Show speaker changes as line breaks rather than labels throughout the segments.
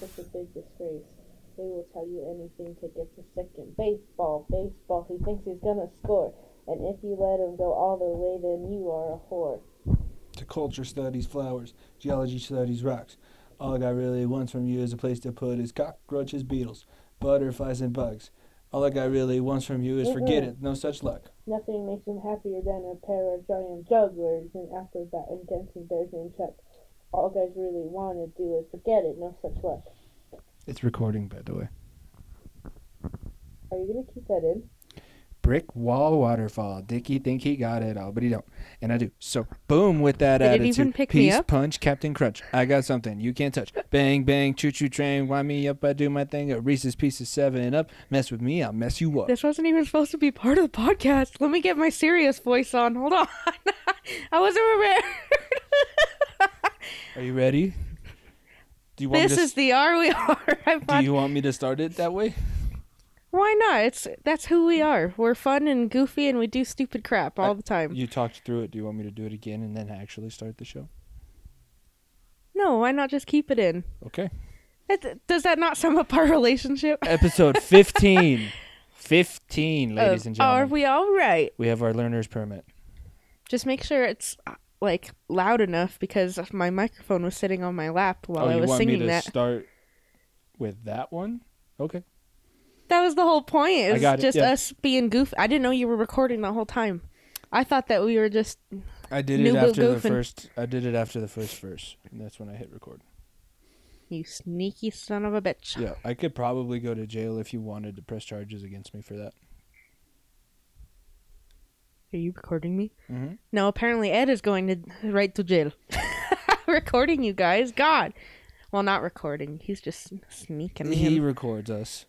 his face. They will tell you anything to get to second. Baseball, baseball, he thinks he's gonna score. And if you let him go all the way, then you are a whore.
To culture studies flowers, geology studies rocks. All a guy really wants from you is a place to put his cockroaches, beetles, butterflies, and bugs. All a guy really wants from you is forget it, no such luck.
Nothing makes him happier than a pair of giant jugglers and after that intention bears in check. All guys really want to do is forget it, no such luck.
It's recording, by the way.
Are you gonna keep that in?
Brick wall waterfall. Dicky think he got it all, but he don't, and I do. So boom with that
Did it
attitude.
even pick me
Peace,
up?
punch, Captain Crunch. I got something you can't touch. Bang bang, choo choo train. Wind me up, I do my thing. A Reese's Pieces seven and up. Mess with me, I'll mess you up.
This wasn't even supposed to be part of the podcast. Let me get my serious voice on. Hold on. I wasn't prepared.
Are you ready? Do you want
this
me to,
is the R we are. I'm
Do
on-
you want me to start it that way?
Why not? It's that's who we are. We're fun and goofy, and we do stupid crap all the time.
You talked through it. Do you want me to do it again and then actually start the show?
No, why not just keep it in?
Okay.
That- Does that not sum up our relationship?
Episode 15. 15, ladies and
Uh,
gentlemen.
Are we all right?
we have our learner's permit.
Just make sure it's uh, like loud enough because my microphone was sitting on my lap while
oh,
I
you
was
want me
singing
to
that.
start with that one? Okay.
That was the whole point. It was
got it,
just
yeah.
us being goofy. I didn't know you were recording the whole time. I thought that we were just.
I did
New
it
Bill
after the
Goofin.
first. I did it after the first verse, and that's when I hit record.
You sneaky son of a bitch.
Yeah, I could probably go to jail if you wanted to press charges against me for that.
Are you recording me?
Mhm.
No, apparently Ed is going to right to jail. recording you guys. God. Well, not recording. He's just sneaking
He
in.
records us.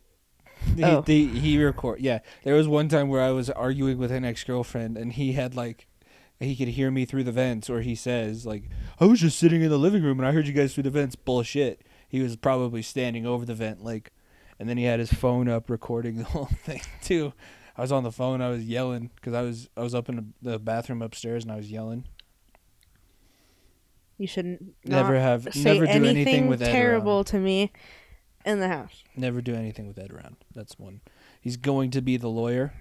Oh.
He, the, he record. Yeah, there was one time where I was arguing with an ex girlfriend, and he had like, he could hear me through the vents, or he says like, I was just sitting in the living room and I heard you guys through the vents. Bullshit. He was probably standing over the vent, like, and then he had his phone up recording the whole thing too. I was on the phone. I was yelling because I was I was up in the the bathroom upstairs and I was yelling.
You shouldn't
Never
not
have
say
never do
anything,
anything, with Ed around.
terrible to me in the house.
Never do anything with Ed around. That's one. He's going to be the lawyer,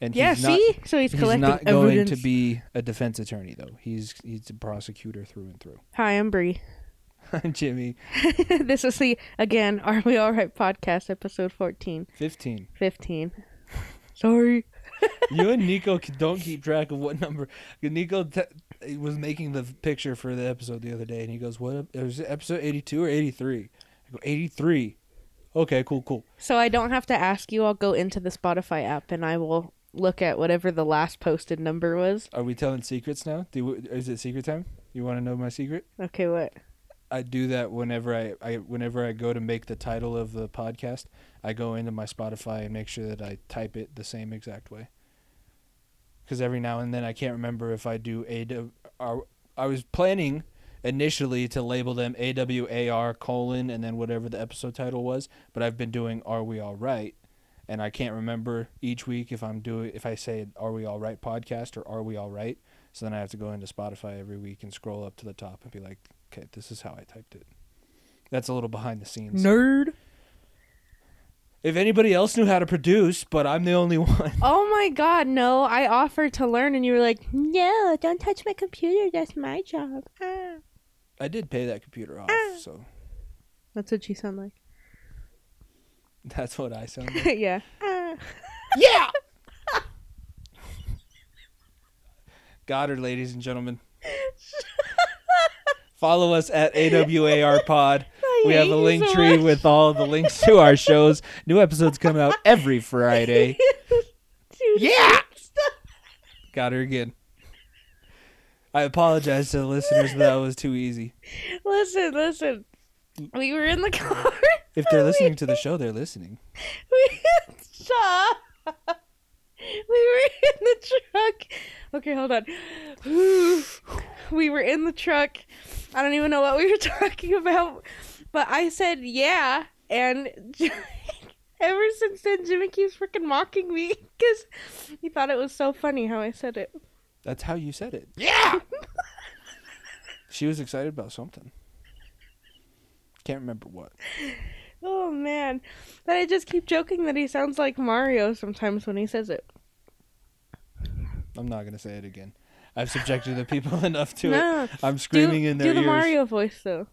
and
yeah,
he's not,
see? so he's
he's
collecting
not going
evidence.
to be a defense attorney though. He's he's a prosecutor through and through.
Hi, I'm Bree.
Jimmy,
this is the, again, Are We Alright podcast, episode 14.
fifteen.
15. Sorry.
You and Nico c- don't keep track of what number. Nico te- he was making the picture for the episode the other day, and he goes, "What? ep- It was episode eighty-two or 83? I go, "83." Okay, cool, cool.
So I don't have to ask you. I'll go into the Spotify app and I will look at whatever the last posted number was.
Are we telling secrets now? Do we, is it secret time? You want to know my secret?
Okay, what?
I do that whenever I, I whenever I go to make the title of the podcast, I go into my Spotify and make sure that I type it the same exact way. Because every now and then I can't remember if I do a w r. I was planning initially to label them A W A R colon and then whatever the episode title was, but I've been doing Are We All Right, and I can't remember each week if I'm doing if I say Are We All Right podcast or Are We All Right. So then I have to go into Spotify every week and scroll up to the top and be like, okay, this is how I typed it. That's a little behind the scenes.
Nerd.
If anybody else knew how to produce, but I'm the only one.
Oh my god, no. I offered to learn and you were like, no, don't touch my computer. That's my job. Ah.
I did pay that computer off, so
That's what you sound like.
that's what I sound like.
yeah. Ah.
yeah! Goddard, ladies and gentlemen. Follow us at AWAR Pod.
I
We have
hate
a
you
link
so
tree
much.
with all the links to our shows. New episodes come out every Friday.
Dude,
Yeah! Got her again. I apologize to the listeners if that was too easy.
Listen, listen. We were in the car.
If they're listening to the show, they're listening.
We stop. We were in the truck. Okay, hold on. We were in the truck. I don't even know what we were talking about, but I said yeah, and ever since then, Jimmy keeps freaking mocking me because he thought it was so funny how I said it.
That's how you said it. Yeah! she was excited about something. Can't remember what.
Oh man, but I just keep joking that he sounds like Mario sometimes when he says it.
I'm not gonna say it again. I've subjected the people enough to it.
no,
I'm screaming
do,
in their
do the
ears.
Mario voice though.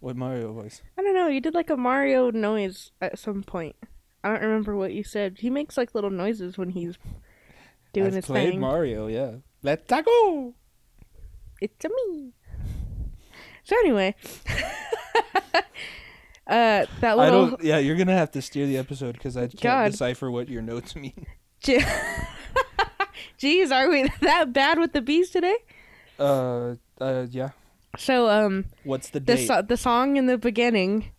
What Mario voice?
I don't know. You did like a Mario noise at some point. I don't remember what you said. He makes like little noises when he's doing
I've
his
played
thing.
Mario. Yeah. Let's go.
it's a me. So anyway, uh, that
I
little
don't. Yeah, you're gonna have to steer the episode because I can't
God.
decipher what your notes mean.
Je- Jeez, are we that bad with the bees today?
Uh, uh, yeah.
So, um,
What's the
the
date?
so- the song in the beginning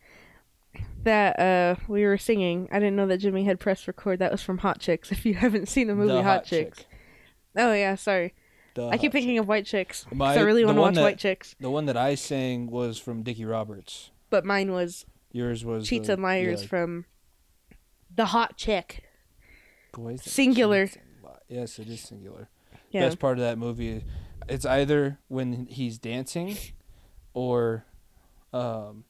that uh we were singing, I didn't know that Jimmy had pressed record. That was from Hot Chicks. If you haven't seen the movie Hot, Chicks,
Chick.
oh yeah, sorry,
The
I keep
Hot
thinking of White Chicks. 'cause
My-
I really
the
want to
one
watch
that-
White Chicks,
Chick. The one that I sang was from Dickie Roberts.
but mine was
Yours was
Cheats
the,
and Liars
yeah,
from the Hot Chick.
Boys and
Singular.
Cheats and Li- Yes, it is singular.
Yeah,
Best part of that movie, it's either when he's dancing, or, um,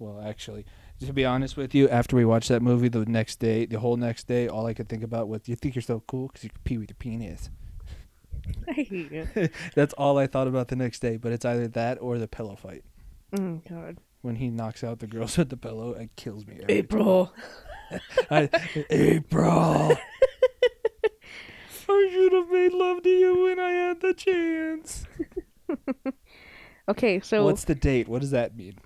well, actually, to be honest with you, after we watched that movie the next day, the whole next day, all I could think about was, "You think you're so cool because you can pee with your penis."
I hate you.
That's all I thought about the next day. But it's either that or the pillow fight
Oh God,
when he knocks out the girls with the pillow. It kills me. Every
April.
I, April. I should have made love to you when I had the chance.
Okay, so
What's the date? What does that mean?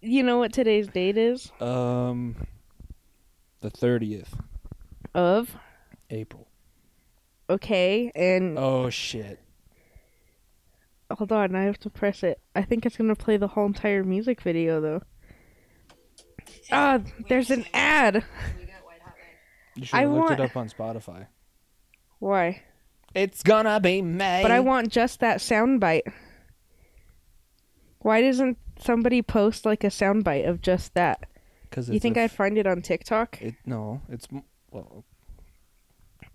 you know what today's date is
Um, the thirtieth,
of?
April.
Okay, and
Oh shit! Oh.
Hold on, I have to press it. I think it's gonna play the whole entire music video though. Ah, there's an ad.
You should
I
have looked it
want-
up on Spotify.
Why?
It's gonna be May.
But I want just that soundbite. Why doesn't somebody post like a soundbite of just that?
Cause
You think
I?
I'd find it on TikTok?
It, no, it's m- well.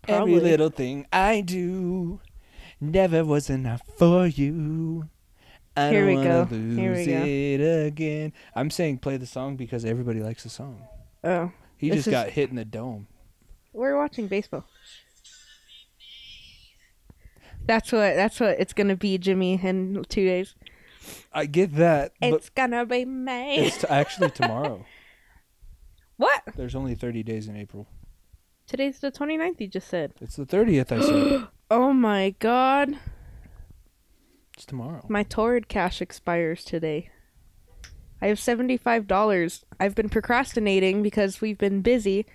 Probably.
Every little thing I do never was enough for you. I
Here
don't
we
wanna
go.
lose
Here we go.
it again. I'm saying play the song because everybody likes the song.
Oh,
He
This
just
is-
got hit in the dome.
we're watching baseball. That's what. That's what it's gonna be, Jimmy, in two days.
I get that, but
It's gonna be May.
it's t- actually tomorrow.
What?
There's only 30 days in April.
Today's the 29th, you just said.
It's the 30th. I said
Oh my god.
it's tomorrow.
My Torrid cash expires today. I have $75. I've been procrastinating because we've been busy,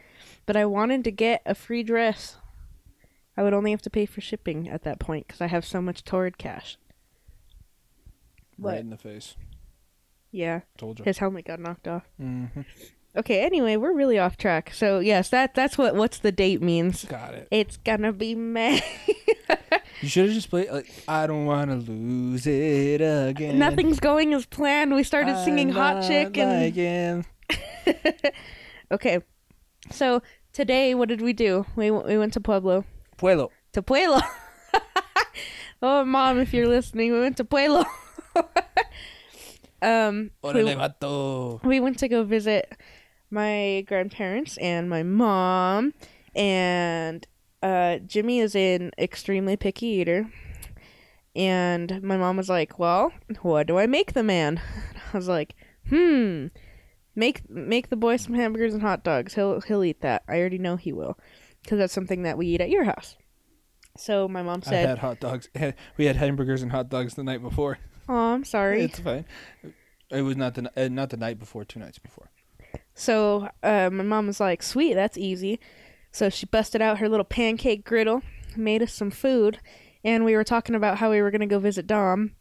but I wanted to get a free dress. I would only have to pay for shipping at that point because I have so much Torrid cash.
Right
What?
in the face.
Yeah,
Told you.
his helmet got knocked off.
hmm
Okay, anyway, we're really off track. So, yes, that that's what what's the date means.
Got it.
It's gonna be May.
You should have just played. Like, I don't want to lose it again.
Nothing's going as planned. We started singing Hot Chick and
and
Okay. So today, what did we do? We w- we went to Pueblo.
Pueblo.
To Pueblo. oh, mom, if you're listening, we went to Pueblo. um, we, we went to go visit my grandparents and my mom, and uh, Jimmy is an extremely picky eater. And my mom was like, "Well, what do I make the man?" I was like, "Hmm, make make the boy some hamburgers and hot dogs. He'll he'll eat that. I already know he will, because that's something that we eat at your house." So my mom
I
said,
had hot dogs. We had hamburgers and hot dogs the night before.
"Oh, I'm sorry."
It's fine. It was not the uh, not the night before. Two nights before.
So uh, my mom was like, "Sweet, that's easy." So she busted out her little pancake griddle, made us some food, and we were talking about how we were gonna go visit Dom.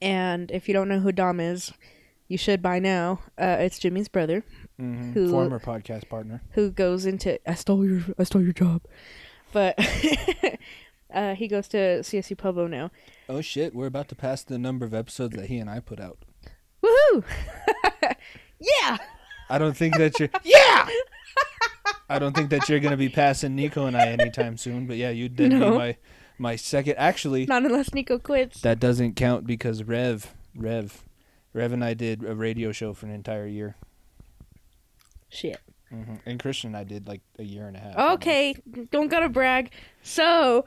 And if you don't know who Dom is, you should by now. Uh, it's Jimmy's brother
Mhm.
Who-
Former podcast partner.
who goes into I stole your I stole your job, but uh, he goes to CSU Pueblo now.
Oh shit! We're about to pass the number of episodes that he and I put out.
Woohoo! yeah,
I don't think that you're.
yeah.
I don't think that you're gonna be passing Nico and I anytime soon. But yeah, you did
No.
be my my second. Actually,
Not unless Nico quits.
That doesn't count because Rev, Rev, Rev and I did a radio show for an entire year.
Shit.
hmm And Christian and I did like a year and a half.
Okay, don't gotta brag. So,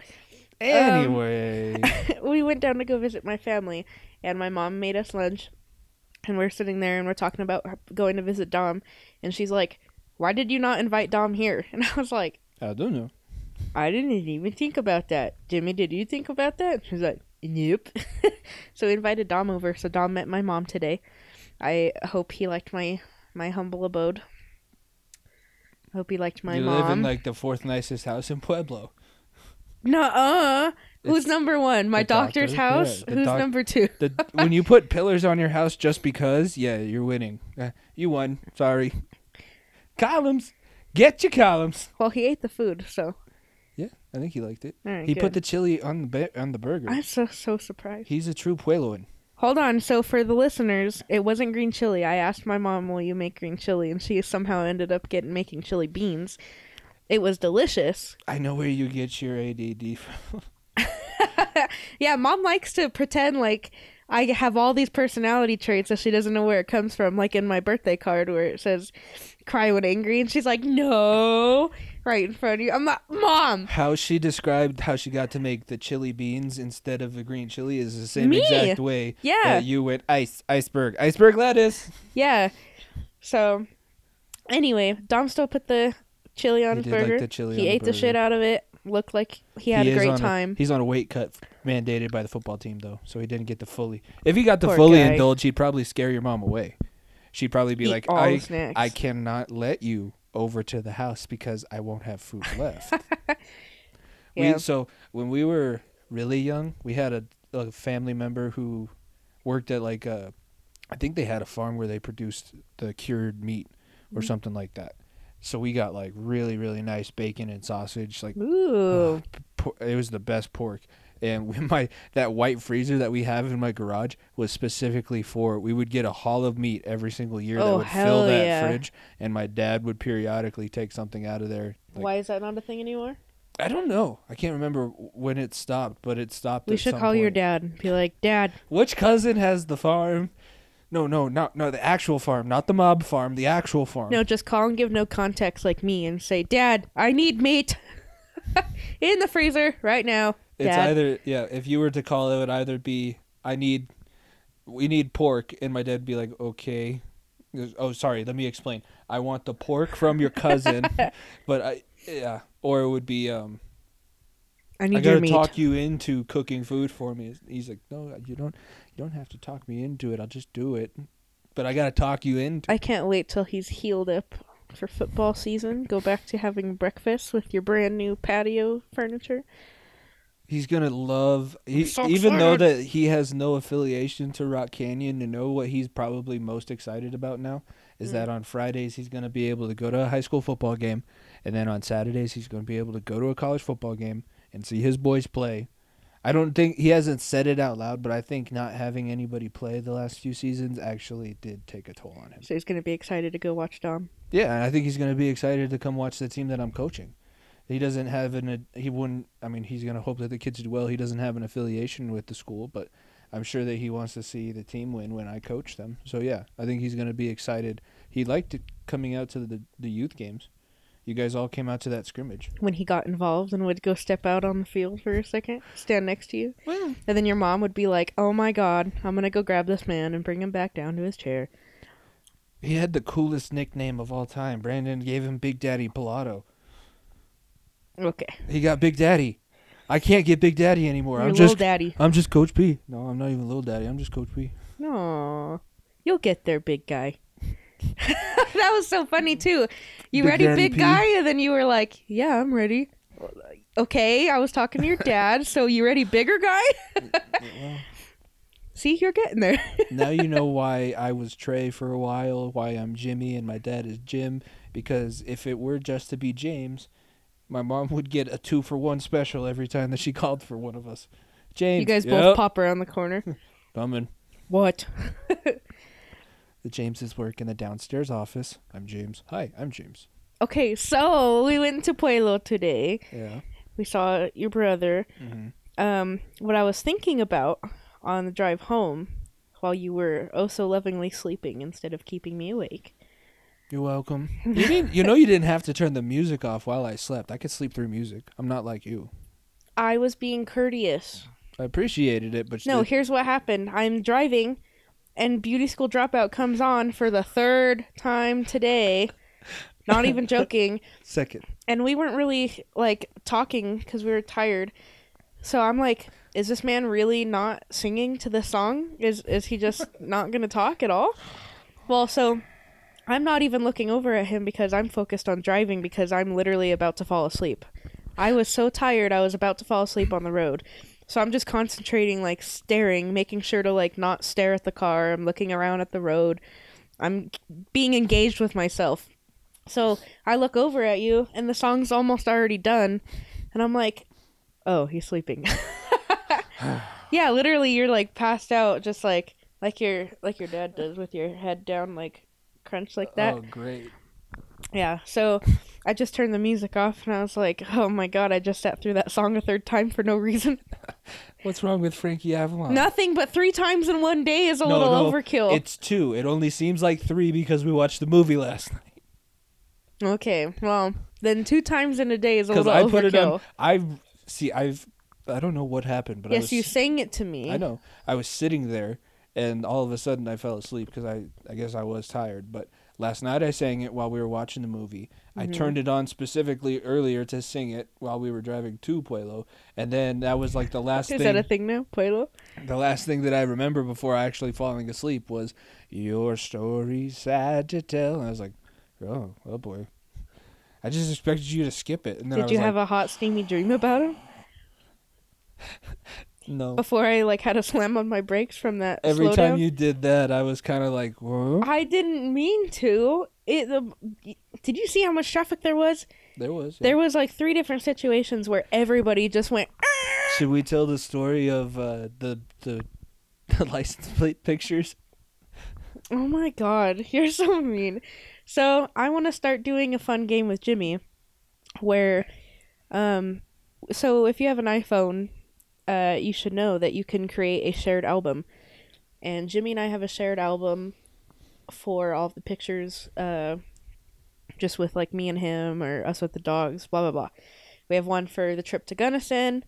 um,
Anyway,
we went down to go visit my family, and my mom made us lunch, and we're sitting there and we're talking about her- going to visit Dom, and she's like, "Why did you not invite Dom here?" And I was like,
I don't know.
"I didn't even think about that." Jimmy, did you think about that? And she's like, "Nope." so we invited Dom over. So Dom met my mom today. I hope he liked my my humble abode. I hope he liked my
you
mom.
live in like the fourth nicest house in Pueblo.
Nuh-uh. Who's
It's
number one? My
the
doctor's
doctor.
house.
Yeah, the
Who's
doc-
number two?
The when you put pillars on your house just because, yeah, you're winning. Uh, you won. Sorry. Columns, get your columns.
Well, he ate the food, so
Yeah, I think he liked it.
all right.
he put
good.
the chili on the ba- on the burger.
I'm so so surprised.
He's a true Puebloan.
Hold on. So for the listeners, it wasn't green chili. I asked my mom, "Will you make green chili?" And she somehow ended up getting making chili beans. It was delicious.
I know where you get your ADD from.
yeah, mom likes to pretend like I have all these personality traits that she doesn't know where it comes from. Like in my birthday card where it says "cry when angry," and she's like, "No," right in front of you. I'm not, mom.
How she described how she got to make the chili beans instead of the green chili is the same
Me.
exact way
Yeah.
that you went ice iceberg iceberg lettuce.
Yeah. So, anyway, Dom still put the chili on
He
his
did like
burger.
the chili
he
on the
ate the shit
burger.
out of it. Looked like he had a
is
great
on
time.
he's on a weight cut mandated by the football team though, so he didn't get to fully. If he got to
Poor
fully
guy.
indulge, he'd probably scare your mom away. She'd probably be
Eat
like,
all the
"I
snacks."
I cannot let you over to the house because I won't have food left."
Yeah.
We, so when we were really young, we had a, a family member who worked at like a, I think they had a farm where they produced the cured meat or something like that. So we got like really really nice bacon and sausage, like
Ooh.
Ugh, p- por- it was the best pork. And when my that white freezer that we have in my garage was specifically for we would get a haul of meat every single year
Oh,
that would
hell
fill that
yeah.
fridge, and my dad would periodically take something out of there. like-
Why is that not a thing anymore?
I don't know. I can't remember when it stopped, but it stopped.
We
at
should
some
call your
point.
dad and be like, Dad,
Which cousin has the farm? No, no, not no the actual farm, not the mob farm, the actual farm.
no, just call and give no context like me and say, Dad, I need meat in the freezer right now.
It's
Dad.
either yeah. If you were to call it, it would either be I need, we need pork, and my dad would be like, okay, He goes, oh sorry, let me explain. I want the pork from your cousin, but I yeah. Or it would be um,
I
I
need your
gotta
meat.
talk you into cooking food for me. He's like, no, you don't, you don't have to talk me into it. I'll just do it. But I gotta talk you into.
I can't wait till he's healed up for football season. Go back to having breakfast with your brand new patio furniture.
He's gonna love. He,
so
even though
excited.
that he has no affiliation to Rock Canyon, and know what he's probably most excited about now is that on Fridays he's gonna be able to go to a high school football game, and then on Saturdays he's gonna be able to go to a college football game and see his boys play. I don't think he hasn't said it out loud, but I think not having anybody play the last few seasons actually did take a toll on him.
So he's gonna be excited to go watch Dom.
Yeah, and I think he's going to be excited to come watch the team that I'm coaching. He doesn't have an he wouldn't I mean he's going to hope that the kids do well. He doesn't have an affiliation with the school, but I'm sure that he wants to see the team win when I coach them. So yeah, I think he's going to be excited. He liked it coming out to the the youth games. You guys all came out to that scrimmage.
When he got involved and would go step out on the field for a second, stand next to you,
Well,
and then your mom would be like, "Oh my God, I'm gonna go grab this man and bring him back down to his chair."
he had the coolest nickname of all time. Brandon gave him Big Daddy Pilato.
Okay,
He got Big Daddy. I can't get Big Daddy anymore.
your
I'm
little
just
daddy.
I'm just Coach P. No, I'm not even Little Daddy. I'm just Coach P.
No, you'll get there, big guy. that was so funny too. You
Big
ready,
Daddy
big
P?
guy? And then you were like, "Yeah, I'm ready." Okay, I was talking to your dad. so you ready, bigger guy?
well.
See, you're getting there.
now you know why I was Trey for a while, why I'm Jimmy and my dad is Jim, because if it were just to be James, my mom would get a two for one special every time that she called for one of us. James,
you guys
yep,
both pop around the corner.
coming.
What?
The Jameses work in the downstairs office. I'm James. Hi, I'm James.
Okay, so we went to Pueblo today.
Yeah.
We saw your brother.
Mhm.
Um, what I was thinking about on the drive home, while you were oh so lovingly sleeping instead of keeping me awake,
You're welcome. You didn't. You know you didn't have to turn the music off while I slept. I could sleep through music. I'm not like you.
I was being courteous.
I appreciated it, but
No,
it-
here's what happened. I'm driving, and Beauty School Dropout comes on for the third time today. Not even joking.
second.
and we weren't really like talking because we were tired. So I'm like, is this man really not singing to this song? Is is he just not gonna talk at all? Well, so I'm not even looking over at him because I'm focused on driving because I'm literally about to fall asleep. I was so tired I was about to fall asleep on the road. So I'm just concentrating like staring, making sure to like not stare at the car. I'm looking around at the road. I'm being engaged with myself. So I look over at you, and the song's almost already done, and I'm like, "Oh, he's sleeping." yeah, literally, you're like passed out, just like like your like your dad does with your head down, like crunch like that.
oh, great.
Yeah. So I just turned the music off, and I was like, "Oh my god, I just sat through that song a third time for no reason.
What's wrong with Frankie Avalon?
Nothing but three times in one day is a
Oh. No, no,
little overkill."
It's two. It only seems like three because we watched the movie last night.
Okay, well then two times in a day is a
Because
little
I
overkill.
put it on. I see. I've. I don't know what happened, but I
yes,
was
you sang it to me.
I know. I was sitting there, and all of a sudden I fell asleep because I, I guess I was tired. But last night I sang it while we were watching the movie. I
Mm-hmm.
turned it on specifically earlier to sing it while we were driving to Pueblo, and then that was like the last
Is
thing.
that a thing now, Pueblo?
the last thing that I remember before actually falling asleep was your story sad to tell, and I was like, oh, oh boy. I just expected you to skip it, and then I
Did
was
you
like,
have a hot steamy dream about him
no.
before I like had a slam on my brakes from that
Oh. Every
slowdown?
time you did that, I was kind of like, "Whoa!"
I didn't mean to. It the, did you see how much traffic there was?
There was yeah.
There was like three different situations where everybody just went. "Ah!"
Should we tell the story of uh, the, the the license plate pictures?
Oh my god, you're so mean. So I want to start doing a fun game with Jimmy, where, um, so if you have an iPhone, uh, you should know that you can create a shared album, and Jimmy and I have a shared album for all of the pictures, uh, just with like me and him or us with the dogs, blah blah blah. We have one for the trip to Gunnison,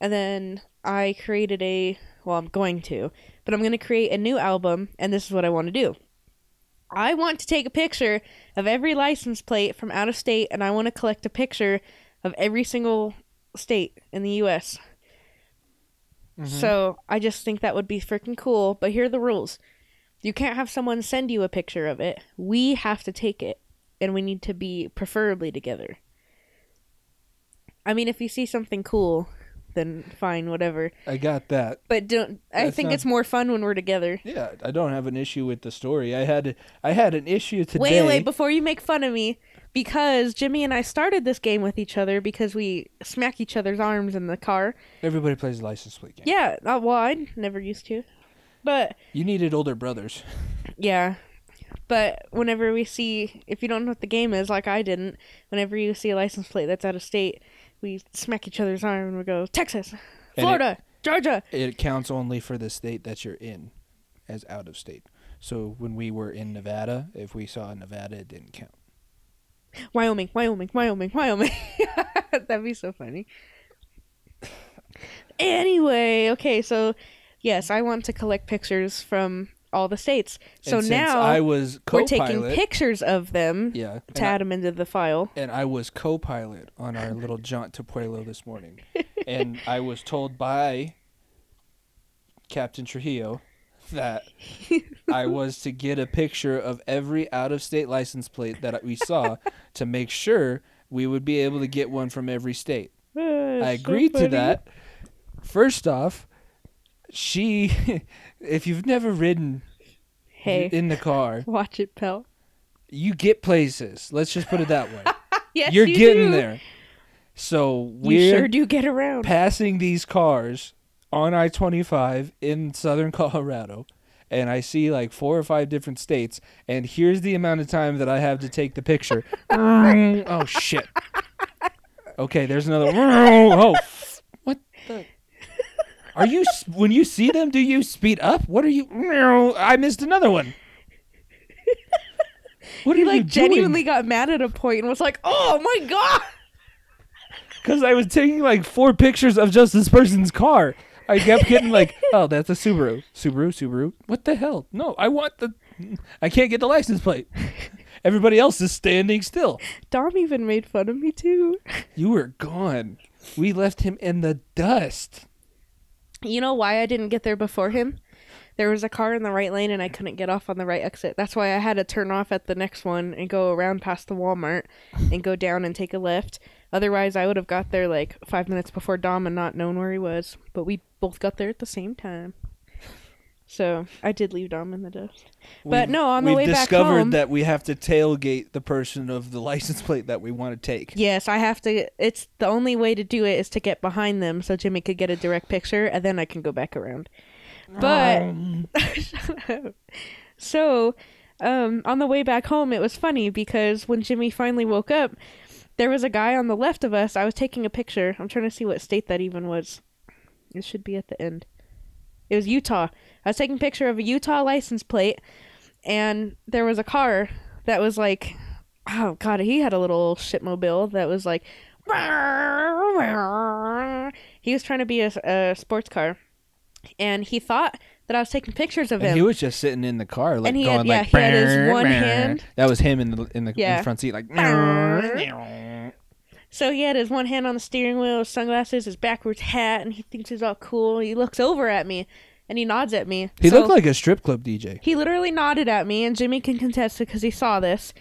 and then I created a well, I'm going to but I'm going to create a new album, and this is what I want to do. I want to take a picture of every license plate from out of state, and I want to collect a picture of every single state in the U.S. So I just think that would be freaking cool. But here are the rules you can't have someone send you a picture of it, we have to take it, and we need to be preferably together. I mean, if you see something cool, then fine, whatever.
I got that.
But don't. I
That's
think
not-
it's more fun when we're together.
Yeah, I don't have an issue with the story. I had I had an issue today.
Wait, wait, before you make fun of me, because Jimmy and I started this game with each other because we smack each other's arms in the car.
Everybody plays the license plate game.
Yeah, uh, well, I never used to. But,
You needed older brothers.
yeah. But whenever we see, if you don't know what the game is, like I didn't, whenever you see a license plate that's out of state, we smack each other's arm and we go, Texas,
it-
Florida, Georgia.
It counts only for the state that you're in, as out of state. So when we were in Nevada, if we saw Nevada, it didn't count.
Wyoming, Wyoming, Wyoming, Wyoming. That'd be so funny. Anyway, okay, so yes, I want to collect pictures from all the states. So
and since
now
I was
we're
co-pilot.
taking pictures of them
Yeah,
to
and I-
add them into the file.
and I was co-pilot on our little jaunt to Pueblo this morning, and I was told by Captain Trujillo that I was to get a picture of every out-of-state license plate that we saw to make sure we would be able to get one from every state.
Uh,
I agreed to that. First off, she, if you've never ridden
Hey,
in the car,
watch it, pal.
you get places. Let's just put it that way.
Yes,
You're
you
getting
do.
there. So
You
we're
sure do get around.
passing these cars on I 25 in southern Colorado, and I see like four or five different states, and here's the amount of time that I have to take the picture. oh, shit. Okay, there's another. Oh, f- what the? Are you, s- when you see them, do you speed up? What are you? I missed another one. What
he
are
like
you doing?
genuinely got mad at a point and was like, "Oh my god!"
Because I was taking like four pictures of just this person's car. I kept getting like, oh, that's a Subaru. Subaru, Subaru. What the hell? No, I want the. I can't get the license plate. Everybody else is standing still.
Dom even made fun of me too.
You were gone. We left him in the dust.
You know why I didn't get there before him? There was a car in the right lane and I couldn't get off on the right exit. That's why I had to turn off at the next one and go around past the Walmart and go down and take a left. Otherwise, I would have got there like five minutes before Dom and not known where he was. But we both got there at the same time. So I did leave Dom in the dust. But
We've-
no, on the
we've
way back
discovered
home-
that we have to tailgate the person of the license plate that we want to take.
Yes, I have to. It's the only way to do it is to get behind them so Jimmy could get a direct picture and then I can go back around. But.
Um,
Shut up. So, um, on the way back home, it was funny because when Jimmy finally woke up, there was a guy on the left of us. I was taking a picture. I'm trying to see what state that even was. It should be at the end. It was Utah. I was taking a picture of a Utah license plate, and there was a car that was like, oh god, he had a little shitmobile that was like, he was trying to be a, a sports car, and he thought that I was taking pictures of
and
him.
he was just sitting in the car, like
And he
going
had-
like.
yeah, he had his
"Brr,
one
brr."
hand.
That was him in the in the in
Yeah.
front seat, like.
So he had his one hand on the steering wheel, his sunglasses, his backwards hat, and he thinks he's all cool. He looks over at me, and he nods at me.
He
So
looked like a strip club DJ.
he literally nodded at me, and Jimmy can contest it because he saw this.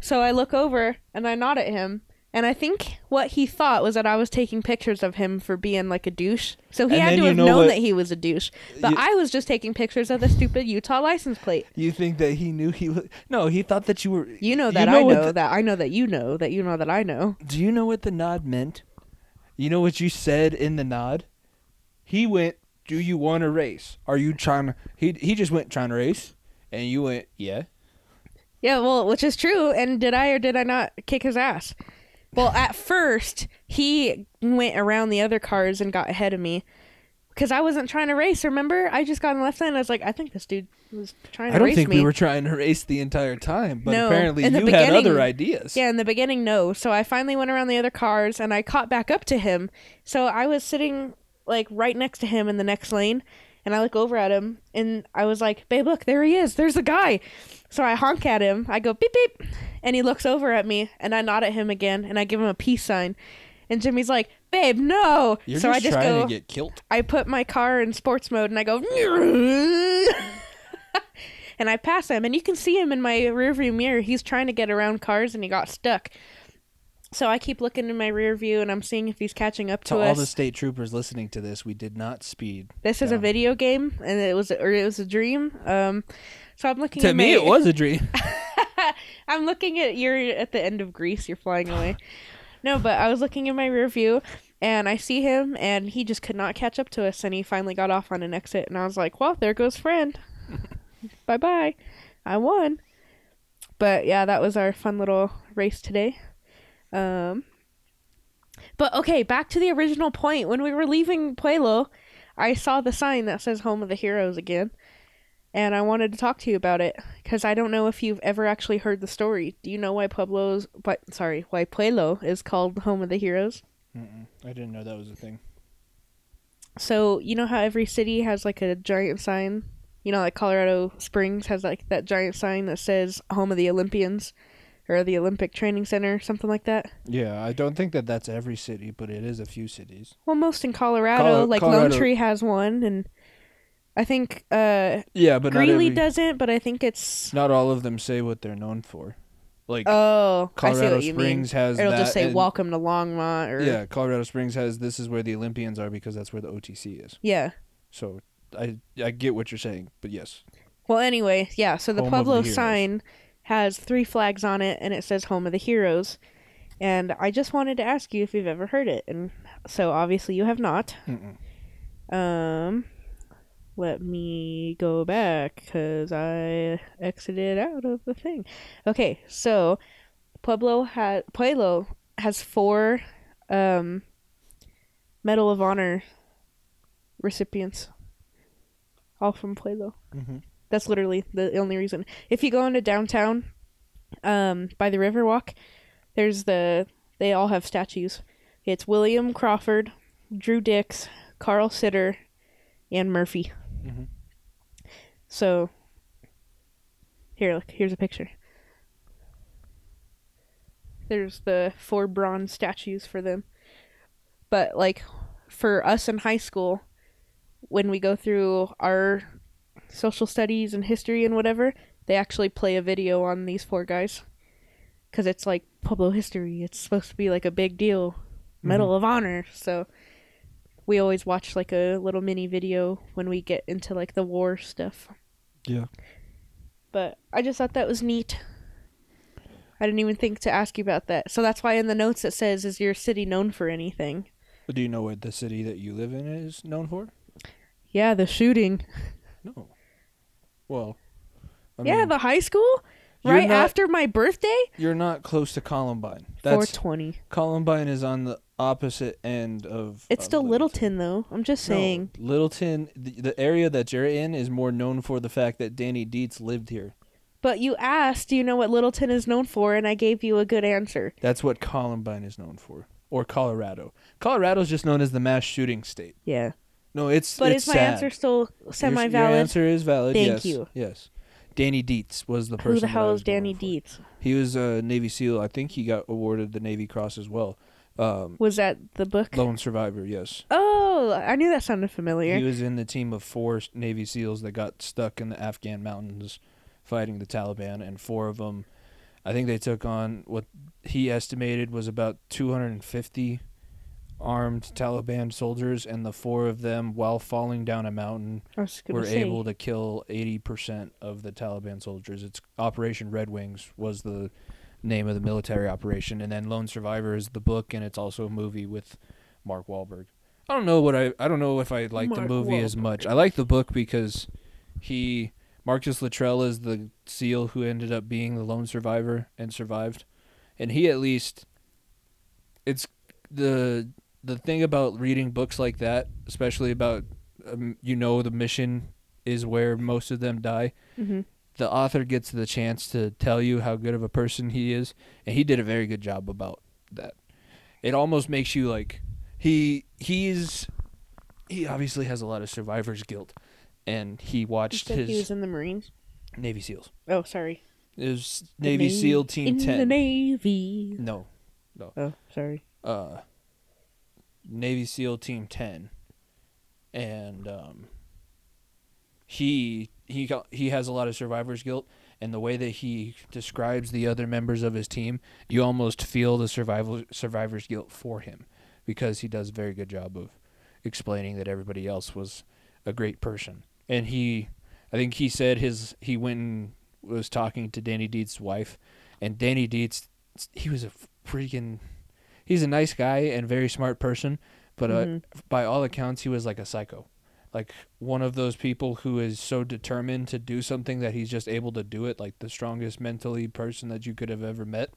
So I look over and I nod at him, and I think what he thought was that I was taking pictures of him for being like a douche. So he
And
had
then
to
you
have
know
known
what-
that he was a douche, but
You-
I was just taking pictures of the stupid Utah license plate.
You think that he knew he was? No, he thought that you were.
You know that I
what
know that I know that you know that you know that I know.
the- do you know what the nod meant? You know what you said in the nod. He went. Do you want to race? Are you trying to? He he just went trying to race, and you went yeah.
Yeah, well, which is true. And did I or did I not kick his ass? Well, at first, he went around the other cars and got ahead of me because I wasn't trying to race, remember? I just got on the left lane and I was like, I think this dude was trying to
I don't
race
think
me.
we were trying to race the entire time, but
No,
apparently
in the
you had
beginning-
other ideas.
Yeah, in the beginning, no. So I finally went around the other cars and I caught back up to him. So I was sitting like right next to him in the next lane and I look over at him and I was like, babe, look, there he is. There's a guy. So I honk at him. I go beep beep and he looks over at me and I nod at him again and I give him a peace sign. And Jimmy's like, babe, no.
You're
so
just,
I just
trying
go,
to get killed.
I put my car in sports mode and I go and I pass him and you can see him in my rearview mirror. He's trying to get around cars and he got stuck. So I keep looking in my rear view and I'm seeing if he's catching up to,
To all
us.
the state troopers listening to this, we did not speed.
this is a
Yeah.
video game and it was or it was a dream. Um so I'm looking
To
at
me,
my-
it was a dream.
I'm looking at you're at the end of Greece. You're flying away. No, but I was looking in my rear view and I see him and he just could not catch up to us and he finally got off on an exit and I was like, well, there goes friend. bye bye. I won. But yeah, that was our fun little race today. Um, but okay, back to the original point. When we were leaving Pueblo, I saw the sign that says Home of the Heroes again. And I wanted to talk to you about it because I don't know if you've ever actually heard the story. Do you know why Pueblo's, but sorry, why Pueblo is called Home of the Heroes?
Mm-mm. I didn't know that was a thing.
So you know how every city has like a giant sign. You know, like Colorado Springs has like that giant sign that says "Home of the Olympians" or the Olympic Training Center, something like that.
Yeah, I don't think that that's every city, but it is a few cities.
Well, most in Colorado,
Colo-
like Lone
Colorado-
Tree has one, and I think uh,
Yeah, but
Greeley
not every,
doesn't. But I think it's
not all of them say what they're known for. Like
oh, I see
Colorado
what you mean.
Springs has
It'll
that.
just say
and-
"Welcome to Longmont" or
Yeah, Colorado Springs has this is where the Olympians are because that's where the OTC is.
yeah.
So I I get what you're saying, but yes.
Well, anyway, yeah. So the
Home of the
Pueblo
Heroes.
sign has three flags on it, and it says "Home of the Heroes." And I just wanted to ask you if you've ever heard it, and so obviously you have not.
Mm-mm.
Um, let me go back because I exited out of the thing. Okay, so Pueblo has Pueblo has four um, Medal of Honor recipients, all from Pueblo.
Mhm.
That's literally the only reason. If you go into downtown, um, by the Riverwalk. There's the they all have statues. It's William Crawford, Drew Dix, Carl Sitter, and Murphy.
Mhm.
So here, look. Here's a picture. There's the four bronze statues for them. But like for us in high school, when we go through our social studies and history and whatever, they actually play a video on these four guys because it's like Pueblo history. It's supposed to be like a big deal, Medal of Honor. So we always watch like a little mini video when we get into like the war stuff.
Yeah.
But I just thought that was neat. I didn't even think to ask you about that. So that's why in the notes it says, "Is your city known for anything?"
But do you know what the city that you live in is known for?
Yeah, the shooting.
No. Well, I
yeah,
mean,
the high school
you're
right
not-
after my birthday.
you're not close to Columbine.
Four
That's
twenty.
Columbine is on the opposite end of.
It's
of
still Littleton though. I'm just
No,
saying.
Littleton, the, the area that you're in, is more known for the fact that Danny Dietz lived here.
But you asked, do you know what Littleton is known for? And I gave you a good answer.
That's what Columbine is known for, or Colorado. Colorado's just known as the mass shooting state.
Yeah.
No, it's
But
it's
is my
sad.
answer still
Your-
semi
Your,
valid?
answer is valid.
Thank
yes.
you.
Yes. Danny Dietz was the person.
Who the
that I
hell
was
is
going
Danny
for.
Dietz?
He was a Navy SEAL. I think he got awarded the Navy Cross as well. Um,
Was that the book?
lone survivor. Yes.
Oh, I knew that sounded
He
familiar.
was in the team of four Navy SEAls that got stuck in the Afghan mountains fighting the Taliban, and four of them, I think they took on what he estimated was about 250 armed Taliban soldiers, and the four of them, while falling down a mountain,
I was going
were
to say.
able to kill 80% of the Taliban soldiers. It's Operation Red Wings was the name of the military operation, and then Lone Survivor is the book, and it's also a movie with Mark Wahlberg. I don't know what I I don't know if I like the
Mark
movie as much. I like the book because he Marcus Luttrell is the SEAL who ended up being the lone survivor and survived, and he at least it's the the thing about reading books like that, especially about um, you know the mission is where most of them die.
Mhm.
The author gets the chance to tell you how good of a person he is, and he did a very good job about that. It almost makes you like he he's he obviously has a lot of survivor's guilt, and he
You
watched
said
his
he was in the Marines.
Navy SEALs.
Oh, sorry.
It was
The
Navy
Na-
SEAL Team
in
Ten.
the Navy.
no,
Oh, sorry.
uh, Navy SEAL Team Ten, and um, he he got, he has a lot of survivor's guilt, and the way that he describes the other members of his team, you almost feel the survival survivor's guilt for him, because he does a very good job of explaining that everybody else was a great person, and he, I think he said his he went and was talking to Danny Deet's wife, and Danny Dietz, he was a freaking he's a nice guy and very smart person, but uh,
Mhm.
by all accounts, he was like a psycho, like one of those people who is so determined to do something that he's just able to do it, like the strongest mentally person that you could have ever met.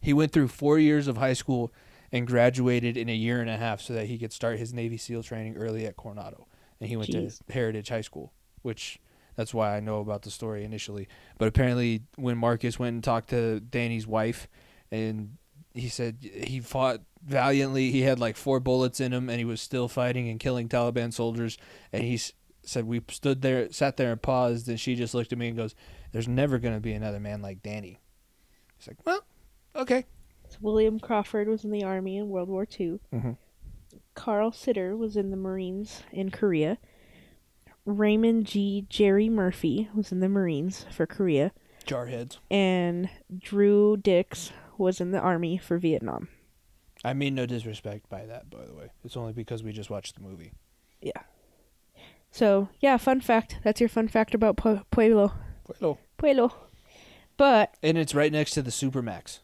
He went through four years of high school and graduated in a year and a half so that he could start his Navy SEAL training early at Coronado, and he went
Jeez.
to Heritage High School, which. That's why I know about the story initially. But apparently, when Marcus went and talked to Danny's wife, and he said he fought valiantly. He had like four bullets in him, and he was still fighting and killing Taliban soldiers. And he s- said we stood there, sat there, and paused. And she just looked at me and goes, "There's never gonna be another man like Danny." He's like, "Well, okay."
So William Crawford was in the Army in World War II.
Mhm.
Carl Sitter was in the Marines in Korea. Raymond G. Jerry Murphy was in the Marines for Korea.
Jarheads.
And Drew Dix was in the Army for Vietnam.
I mean no disrespect by that, by the way. It's only because we just watched the movie.
So, yeah, fun fact. That's your fun fact about Pue- Pueblo.
Hello.
Pueblo. But,
And it's right next to the Supermax.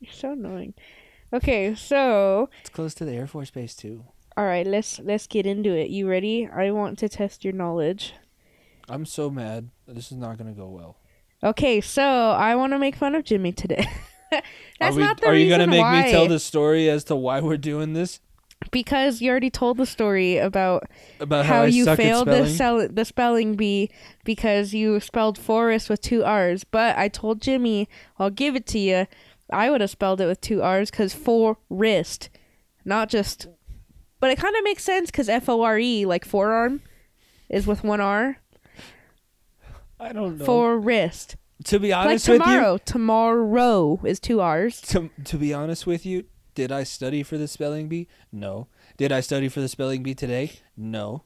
you're so annoying. Okay, so,
It's close to the Air Force Base too.
all right, let's let's get into it. You ready? I want to test your knowledge.
I'm so mad. This is not gonna go well.
Okay, so I want to make fun of Jimmy today.
are
That's
we,
not the
Are you
reason
gonna make
why.
me tell the story as to why we're doing this?
because you already told the story about
About
how,
how, Uh, I
you
suck
failed
at
the
spelling.
sell- the spelling bee because you spelled forest with two R's. But I told Jimmy, I'll give it to you. I would have spelled it with two R's because forest, not just. But it kind of makes sense because F O R E, like forearm, is with one R.
I don't know.
Forest.
to be
Like
honest
tomorrow. Tomorrow is two R's.
with you, to, to be honest with you, did I study for the spelling bee? No. Did I study for the spelling bee today? No.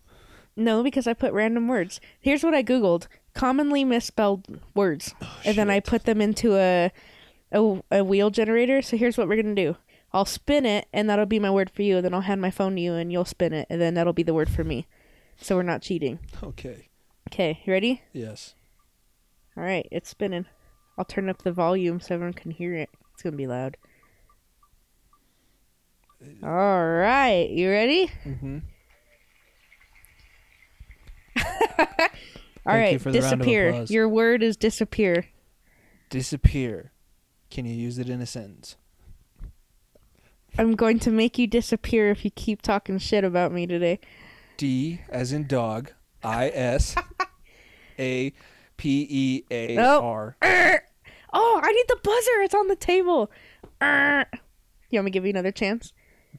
No, because I put random words. Here's what I googled: commonly misspelled words,
Oh,
and then I put them into a, a a wheel generator. So here's what we're gonna do: I'll spin it, and that'll be my word for you. And then I'll hand my phone to you, and you'll spin it, and then that'll be the word for me. So we're not cheating.
Okay.
Okay, you ready?
Yes.
All right, it's spinning. I'll turn up the volume so everyone can hear it. It's gonna be loud. All right, you ready?
Mm-hmm.
All
Thank
right,
you for the round of
disappear.
applause.
Your word is disappear.
Disappear. Can you use it in a sentence?
I'm going to make you disappear if you keep talking shit about me today.
D as in dog. I S A P E A
Nope.
R.
Err! Oh, I need the buzzer. It's on the table. Err! You want me to give you another chance?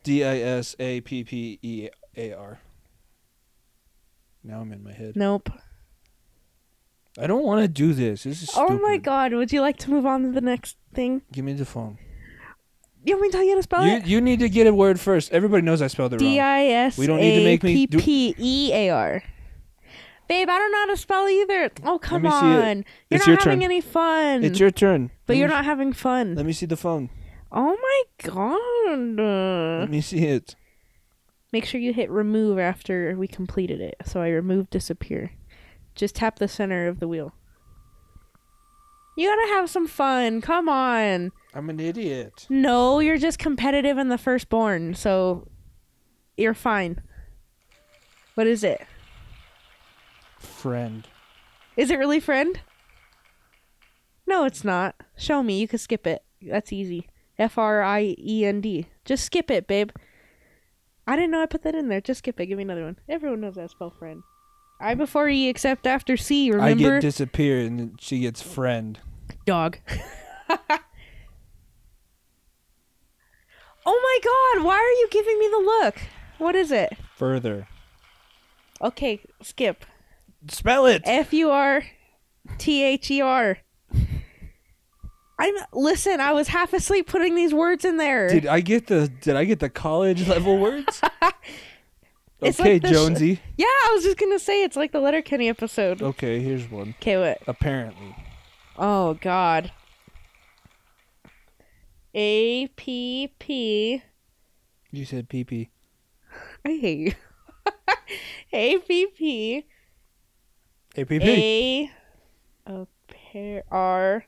D I S A P P E A R. Now I'm in my head.
Nope.
I don't want to do this. This is
Oh
stupid.
my god, would you like to move on to the next thing?
Give me the phone.
You want me to tell you how to spell
You
it?
you need to get a word first. Everybody knows I spelled it
D
wrong.
I S
We don't need to
A
make me
P
do-
P E A R. Babe, I don't know how to spell either. Oh, come
me see it.
on. You're
It's
not
your
having
turn.
any fun.
It's your turn.
but
Let
you're
me-
not having fun.
Let me see the phone.
Oh my god.
Let me see it.
Make sure you hit remove after we completed it. So I remove disappear. Just tap the center of the wheel. You gotta have some fun. Come on.
I'm an idiot.
No, you're just competitive in the firstborn, so you're fine. What is it?
Friend.
Is it really friend? No, it's not. Show me. You can skip it. That's easy. F R I E N D. Just skip it, babe. I didn't know I put that in there. Just skip it. Give me another one. Everyone knows how to spell friend. I before E except after C.
I
Remember,
get disappear and then she gets friend.
dog. oh my God! Why are you giving me the look? What is it?
Further.
Okay, skip.
Spell it.
F U R T H E R. I'm listen, I was half asleep putting these words in there.
Did I get the did I get the college level words?
It's
okay,
like the sh-
Jonesy.
yeah, I was just gonna say it's like the Letterkenny episode.
okay, here's one.
Okay, what?
Apparently.
Oh god. A P P
You said pee pee.
I hate you. A P P
Hey pee pee.
A a pair R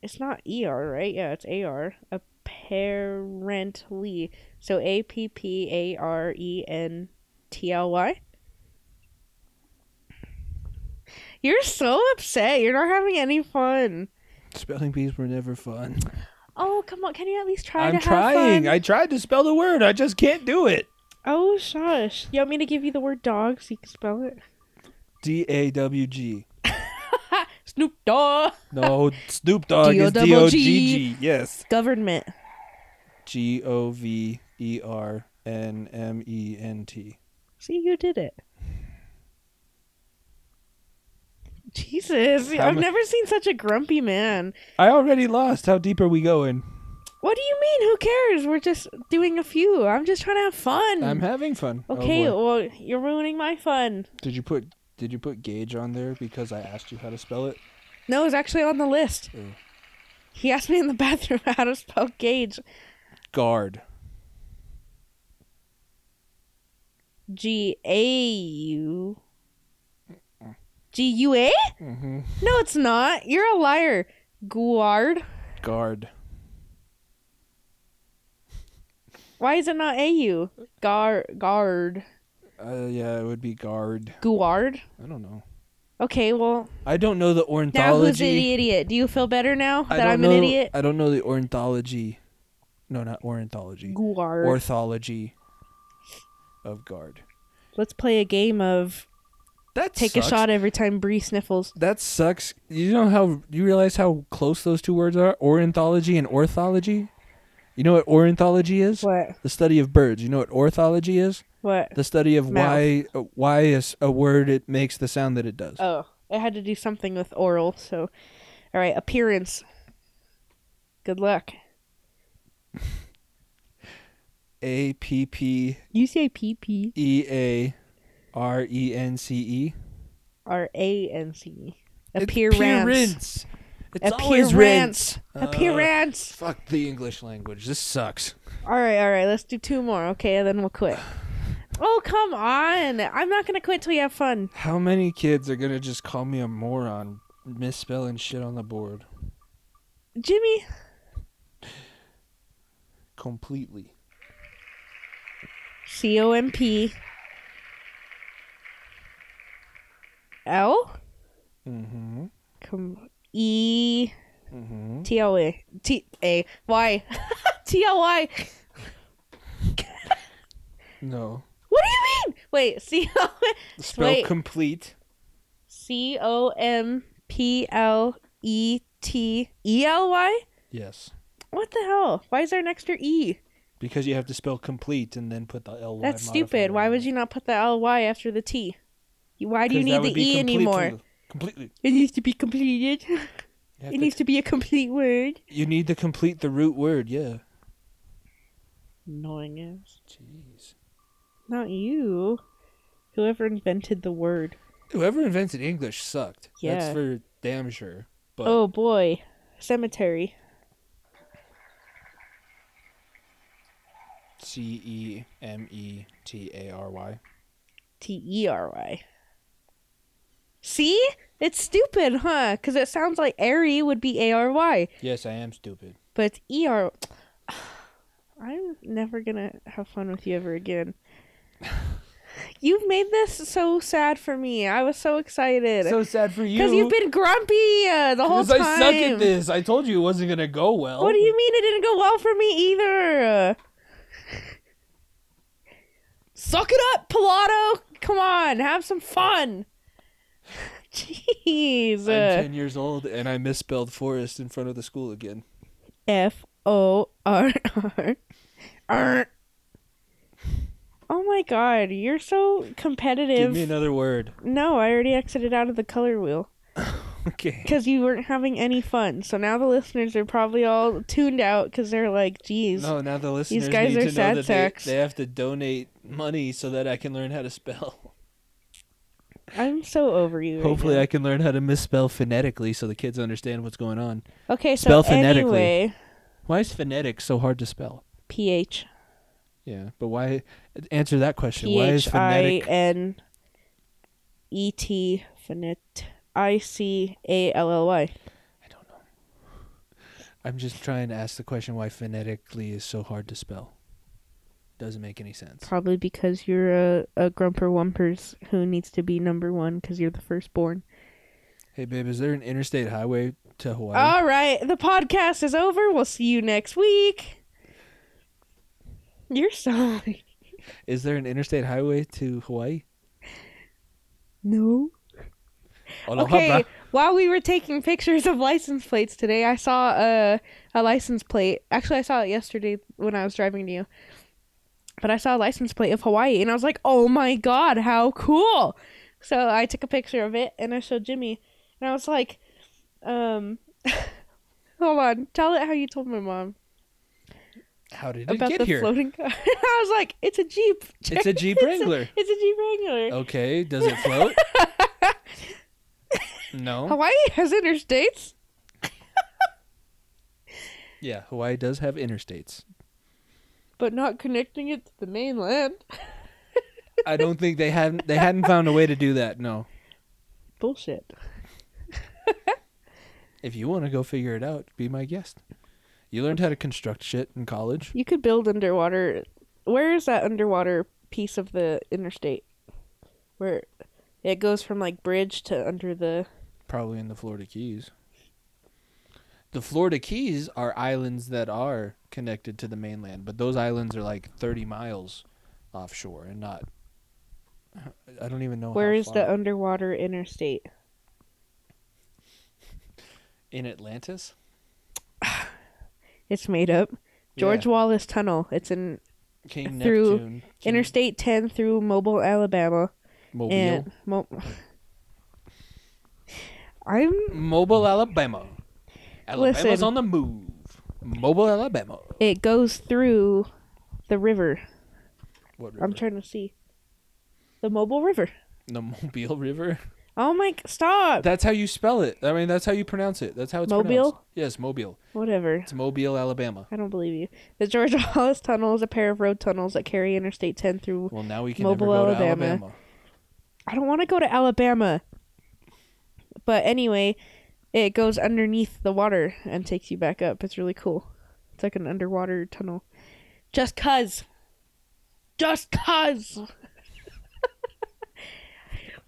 It's not ER, right? Yeah, it's AR. Apparently. So A P P A R E N T L Y. You're so upset. You're not having any fun.
Spelling bees were never fun.
Oh, come on. Can you at least try
I'm
to have
trying.
fun?
I tried to spell the word. I just can't do it.
Oh, shush. You want me to give you the word dog so you can spell it?
D A W G.
Snoop Dogg.
No, Snoop Dogg is D O G G.
D-O-double-G.
Yes.
Government.
G O V E R N M E N T.
See, you did it. Jesus,
How
I've
mu-
never seen such a grumpy man.
I already lost. How deep are we going?
What do you mean? Who cares? We're just doing a few. I'm just trying to have fun.
I'm having fun. Oh,
okay,
boy.
well, you're ruining my fun.
Did you put Did you put gauge on there because I asked you how to spell it?
No, it's actually on the list.
Ooh.
He asked me in the bathroom how to spell gauge.
Guard.
G A U. G U A?
Mm-hmm.
No, it's not. You're a liar. Guard.
Guard.
Why is it not A U? Gar guard.
Uh, yeah, it would be guard.
Guard?
I don't know.
Okay, well,
I don't know the
now who's the
ornithology.
idiot? Do you feel better now
I
that
don't
I'm
know,
an idiot?
I don't know the ornithology No, not ornithology.
Guar.
Orthology of guard.
Let's play a game of
That
take
sucks.
a shot every time Bree sniffles.
That sucks. You know how you realize how close those two words are? Ornithology and orthology. You know what ornithology is?
What?
The study of birds. You know what orthology is?
What?
The study of
Mouth.
why uh, why is a word it makes the sound that it does.
Oh, I had to do something with oral, so. Alright, appearance. Good luck.
A p p
You say P P
e a r e n c e.
R A N C.
It's
Appearance.
It's always rants. Uh,
Appearance.
Fuck the English language. This sucks.
Alright, alright, let's do two more, okay, and then we'll quit. Oh, come on. I'm not gonna quit till you have fun.
How many kids are gonna just call me a moron, misspelling shit on the board
Jimmy,
completely?
C O M P L
Mm-hmm.
Com- E
Mm-hmm.
T L A T A Y T L Y.
No.
What do you mean? Wait, C O
Spell
Wait.
complete.
C O M P L E T E L Y.
Yes.
What the hell? Why is there an extra E?
Because you have to spell complete and then put the L Y.
That's stupid. Why would you not put the L Y after the T? You- Why do you need the E anymore?
Completely.
It needs to be completed.
You, have
It
to-
needs to be a complete word.
you need to complete the root word. Yeah.
Annoying is.
Jeez.
Not you. Whoever invented the word.
Whoever invented English sucked.
Yeah.
That's for damn sure. But
Oh boy. Cemetery.
C E M E T A R Y.
T E R Y. See? It's stupid, huh? Because it sounds like airy would be A R Y,
Yes, I am stupid.
but it's E R. I'm never gonna have fun with you ever again. You've made this so sad for me. I was so excited.
So sad for you.
Because you've been grumpy uh, the whole time.
I suck at this. I told you it wasn't gonna go well.
What do you mean it didn't go well for me either? Suck it up, Pilato! Come on, have some fun. Jeez. Uh,
I'm ten years old and I misspelled forest in front of the school again.
F O R R R. Oh my god, you're so
Give me
competitive.
another word.
No, I already exited out of the color wheel
Okay.
because you weren't having any fun. So now the listeners are probably all tuned out because they're like, geez.
No, now the listeners
guys
need
are
to know
sad
that
sacks.
They, they have to donate money so that I can learn how to spell.
I'm so over you. right
Hopefully,
now.
I can learn how to misspell phonetically so the kids understand what's going on.
Okay, so
Spell phonetically.
anyway,
Why is phonetic so hard to spell?
ph
Yeah, but why? Answer that question.
p
Why is
h i
phonetic?
n e t phonet i c a l l y.
I don't know. I'm just trying to ask the question why phonetically is so hard to spell. Doesn't make any sense.
Probably because you're a, a grumper wumpers who needs to be number one because you're the firstborn.
Hey, babe, is there an interstate highway to Hawaii?
All right, the podcast is over. We'll see you next week. You're so
is there an interstate highway to Hawaii?
no.
Aloha,
Okay,
bro.
while we were taking pictures of license plates today, I saw a a license plate. Actually, I saw it yesterday when I was driving to you. But I saw a license plate of Hawaii and I was like, "Oh my god, how cool." So I took a picture of it and I showed Jimmy and I was like, um Hold on, tell it how you told my mom
How did it
about
get
the
here?
floating car. I was like, "It's a Jeep."
It's a Jeep
It's a-
Wrangler.
It's a, Jeep Wrangler.
Okay, does it float? no.
Hawaii has interstates.
Yeah, Hawaii does have interstates.
but not connecting it to the mainland.
I don't think they hadn't they hadn't found a way to do that. No.
Bullshit.
If you want to go figure it out, be my guest. You learned how to construct shit in college.
You could build underwater. Where is that underwater piece of the interstate? Where it goes from like bridge to under the.
Probably in the Florida Keys. The Florida Keys are islands that are connected to the mainland, but those islands are like 30 miles offshore and not. I don't even know.
Where
Oh, how
is the
far.
underwater interstate?
in Atlantis?
It's made up. George
Yeah,
Wallace Tunnel. It's in
King
through
Neptune, King
Interstate 10 through Mobile, Alabama.
Mobile,
And Mo- I'm
Mobile, Alabama. Alabama's
Listen.
on the move. Mobile, Alabama.
it goes through the river.
What river?
I'm trying to see. The Mobile River.
the Mobile River.
Oh my g- stop.
That's how you spell it. I mean, that's how you pronounce it. That's how it's
Mobile?
pronounced. Yes, Mobile.
Whatever.
It's Mobile, Alabama.
I don't believe you. The George Wallace Tunnel is a pair of road tunnels that carry Interstate 10 through.
Well, now we can
Mobile,
never go
Alabama.
to Alabama.
I don't want to go to Alabama. But anyway, it goes underneath the water and takes you back up. It's really cool. It's like an underwater tunnel. Just cuz. Just cuz.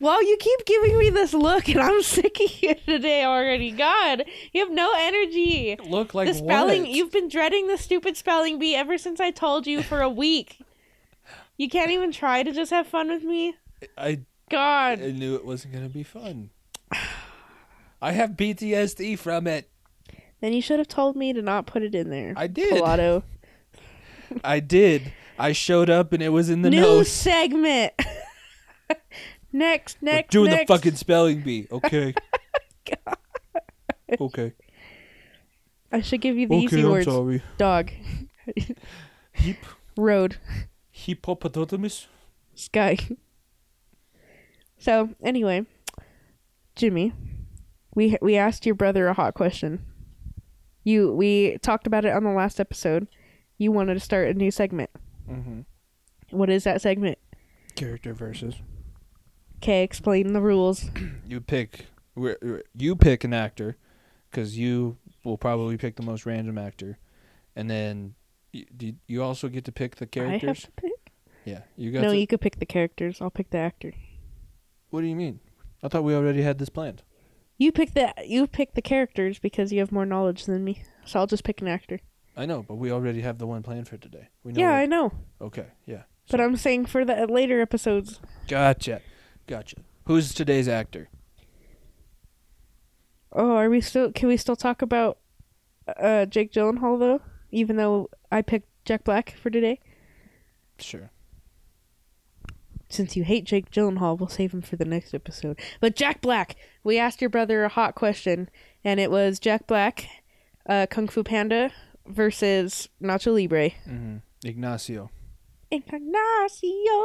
Well, you keep giving me this look, and I'm sick of you today already. God, you have no energy.
Look like
the spelling
what?
you've been dreading the stupid spelling bee ever since I told you for a week. you can't even try to just have fun with me.
I I
God,
knew it wasn't gonna be fun. I have PTSD from it.
then you should have told me to not put it in there.
I did.
Pilato.
I did. I showed up and it was in the
New
nose.
segment. next,
We're
next,
doing
next.
the fucking spelling bee. Okay. okay.
I should give you the
Okay,
easy
I'm
words.
sorry.
Dog,
Hip
road,
hippopotamus.
sky. So anyway, Jimmy, we we asked your brother a hot question. You we talked about it on the last episode. You wanted to start a new segment.
Mm-hmm.
What is that segment?
Character versus.
Okay, explain the rules.
You pick. we're- we're- You pick an actor, because you will probably pick the most random actor, and then you, do you also get to pick the
I have
characters.
to pick.
Yeah, you got.
No,
to-
you could pick the characters. I'll pick the actor.
What do you mean? I thought we already had this planned.
You pick the you pick the characters because you have more knowledge than me. So I'll just pick an actor.
I know, but we already have the one planned for today. We know
yeah,
what-
I know.
Okay. Yeah.
But I'm saying for the later episodes,
Gotcha. Gotcha. Who's today's actor?
Oh, are we still? Can we still talk about uh, Jake Gyllenhaal though? Even though I picked Jack Black for today,
Sure.
since you hate Jake Gyllenhaal, we'll save him for the next episode. But Jack Black, we asked your brother a hot question, and it was Jack Black, uh, Kung Fu Panda versus Nacho Libre.
Mm-hmm. Ignacio.
Ignacio.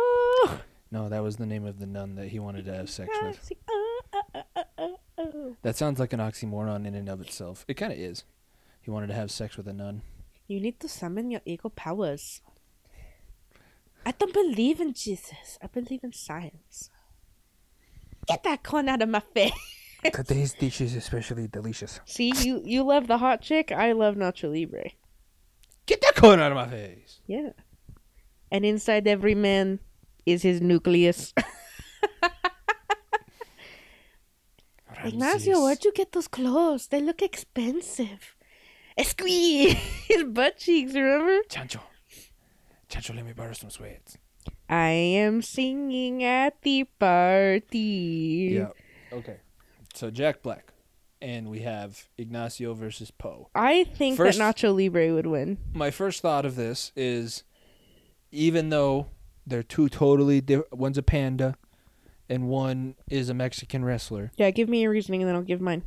No, that was the name of the nun that he wanted to have sex with.
Ignacio. uh, uh, uh, uh, uh.
That sounds like an oxymoron in and of itself. It kind of is. He wanted to have sex with a nun.
You need to summon your ego powers. I don't believe in Jesus. I believe in science. Get that corn out of my face.
Today's dish is especially delicious.
See, you you love the hot chick. I love Nacho Libre.
Get that corn out of my face!
Yeah. And inside every man is his nucleus. Ignacio, where'd you get those clothes? They look expensive. Squee! His butt cheeks, remember?
Chancho. Chancho, let me borrow some sweats.
I am singing at the party.
Yeah. Okay. So Jack Black. And we have Ignacio versus Poe.
I think
First-
that Nacho Libre would win.
my first thought of this is even though they're two totally different one's a panda and one is a Mexican wrestler.
Yeah, give me your reasoning and then I'll give mine.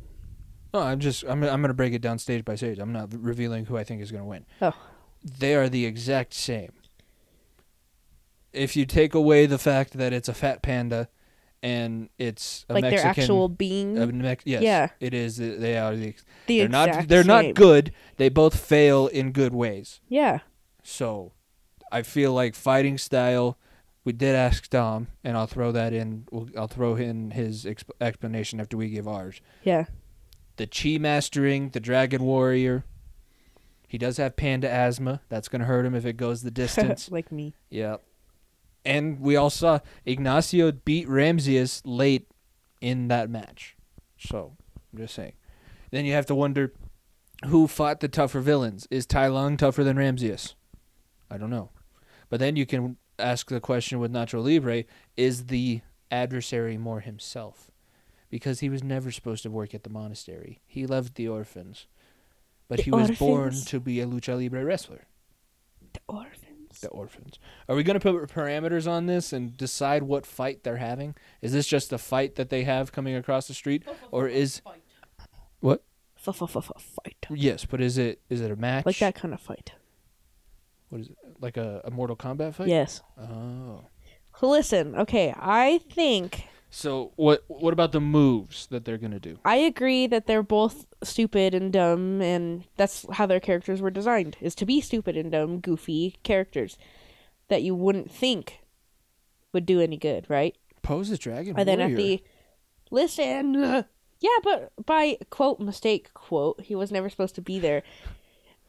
No, I'm just I'm I'm going to break it down stage by stage. I'm not revealing who I think is going to win.
Oh.
They are the exact same. If you take away the fact that it's a fat panda and it's a
like
Mexican
their actual being.
a Mex- yes,
Yeah.
it is they are the,
the
they're
exact
not they're
same.
not good. They both fail in good ways.
Yeah.
So I feel like fighting style. We did ask Dom, and I'll throw that in. We'll, I'll throw in his exp- explanation after we give ours.
Yeah.
The chi mastering, the dragon warrior. He does have panda asthma. That's gonna hurt him if it goes the distance.
like me.
yeah. And we all saw Ignacio beat Ramses late in that match. So I'm just saying. Then you have to wonder who fought the tougher villains? Is Tai Lung tougher than Ramses? I don't know. But then you can ask the question with Nacho Libre is the adversary more himself? Because he was never supposed to work at the monastery. He loved the orphans. But
The
he was born
orphans?
to be a lucha libre wrestler.
The orphans.
The orphans. Are we going to put parameters on this and decide what fight they're having? Is this just a fight that they have coming across the street or is What?
Fight.
Yes, but is it is it a match?
Like that kind of fight.
What is it? Like a, a Mortal Kombat fight?
Yes.
Oh.
Listen, okay, I think
So what what about the moves that they're gonna do?
I agree that they're both stupid and dumb, and that's how their characters were designed, is to be stupid and dumb, goofy characters that you wouldn't think would do any good, right?
Pose the dragon
And then
warrior.
at the listen, yeah, but by quote mistake quote, he was never supposed to be there.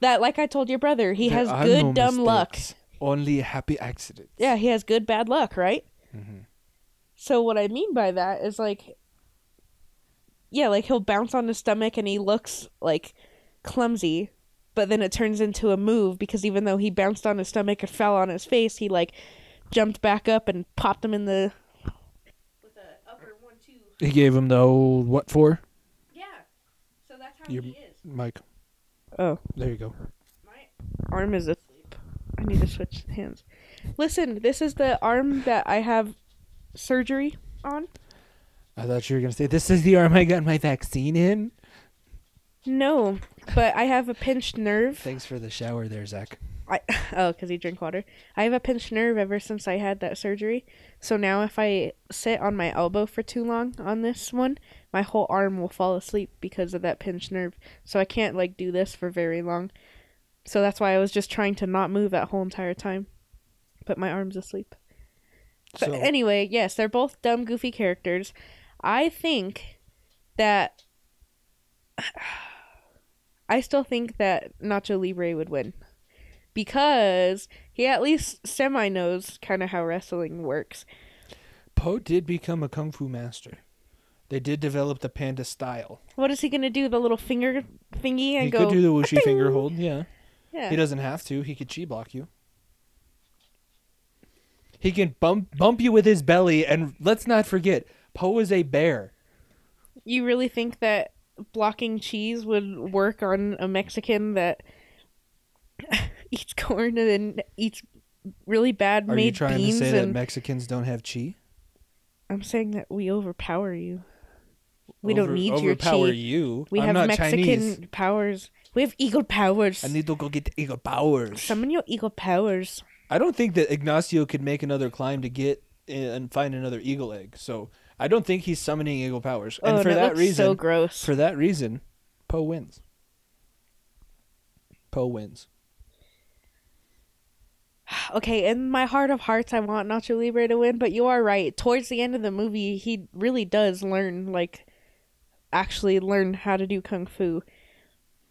That, like I told your brother, he
There
has
are
good
no
dumb luck.
mistakes, Only happy accidents.
Yeah, he has good bad luck, right?
Mhm.
So what I mean by that is like, yeah, like he'll bounce on his stomach and he looks like clumsy, but then it turns into a move because even though he bounced on his stomach and fell on his face, he like jumped back up and popped him in the. With the upper one two.
He gave him the old what for?
Yeah. So that's how
Your- he
is.
Mike.
Oh.
There you go.
arm is asleep. I need to switch hands. Listen, this is the arm that I have surgery on.
I thought you were gonna say this is the arm I got my vaccine in.
No, but I have a pinched nerve.
Thanks for the shower there, Zach.
I oh, because you drink water. I have a pinched nerve ever since I had that surgery. So now if I sit on my elbow for too long on this one, my whole arm will fall asleep because of that pinched nerve. So I can't like do this for very long. So that's why I was just trying to not move that whole entire time. But my arm's asleep. But
So-
anyway, yes, they're both dumb, goofy characters. I think that I still think that Nacho Libre would win because he at least semi knows kind of how wrestling works.
Poe did become a kung fu master. They did develop the panda style.
What is he gonna do? The little finger thingy and
he
go?
could do the
"Ting!"
wushy finger hold. Yeah.
Yeah.
He doesn't have to. He could chi block you. He can bump bump you with his belly, and let's not forget, Poe is a bear.
You really think that blocking cheese would work on a Mexican that eats corn and then eats really bad
Are
made
you trying to
beans?
say that
and
Mexicans don't have chi?
I'm saying that we overpower you. We don't need your
overpower
cheese.
you.
We
I'm
have
not
Mexican
Chinese.
powers. We have eagle powers.
I need to go get eagle powers.
Summon your eagle powers.
I don't think that Ignacio could make another climb to get and find another eagle egg. So I don't think he's summoning eagle powers.
Oh,
and for
no,
that
that's
reason,
so gross.
for that reason, Poe wins. Poe wins.
Okay, in my heart of hearts, I want Nacho Libre to win, but you are right. Towards the end of the movie, he really does learn, like, actually learn how to do kung fu.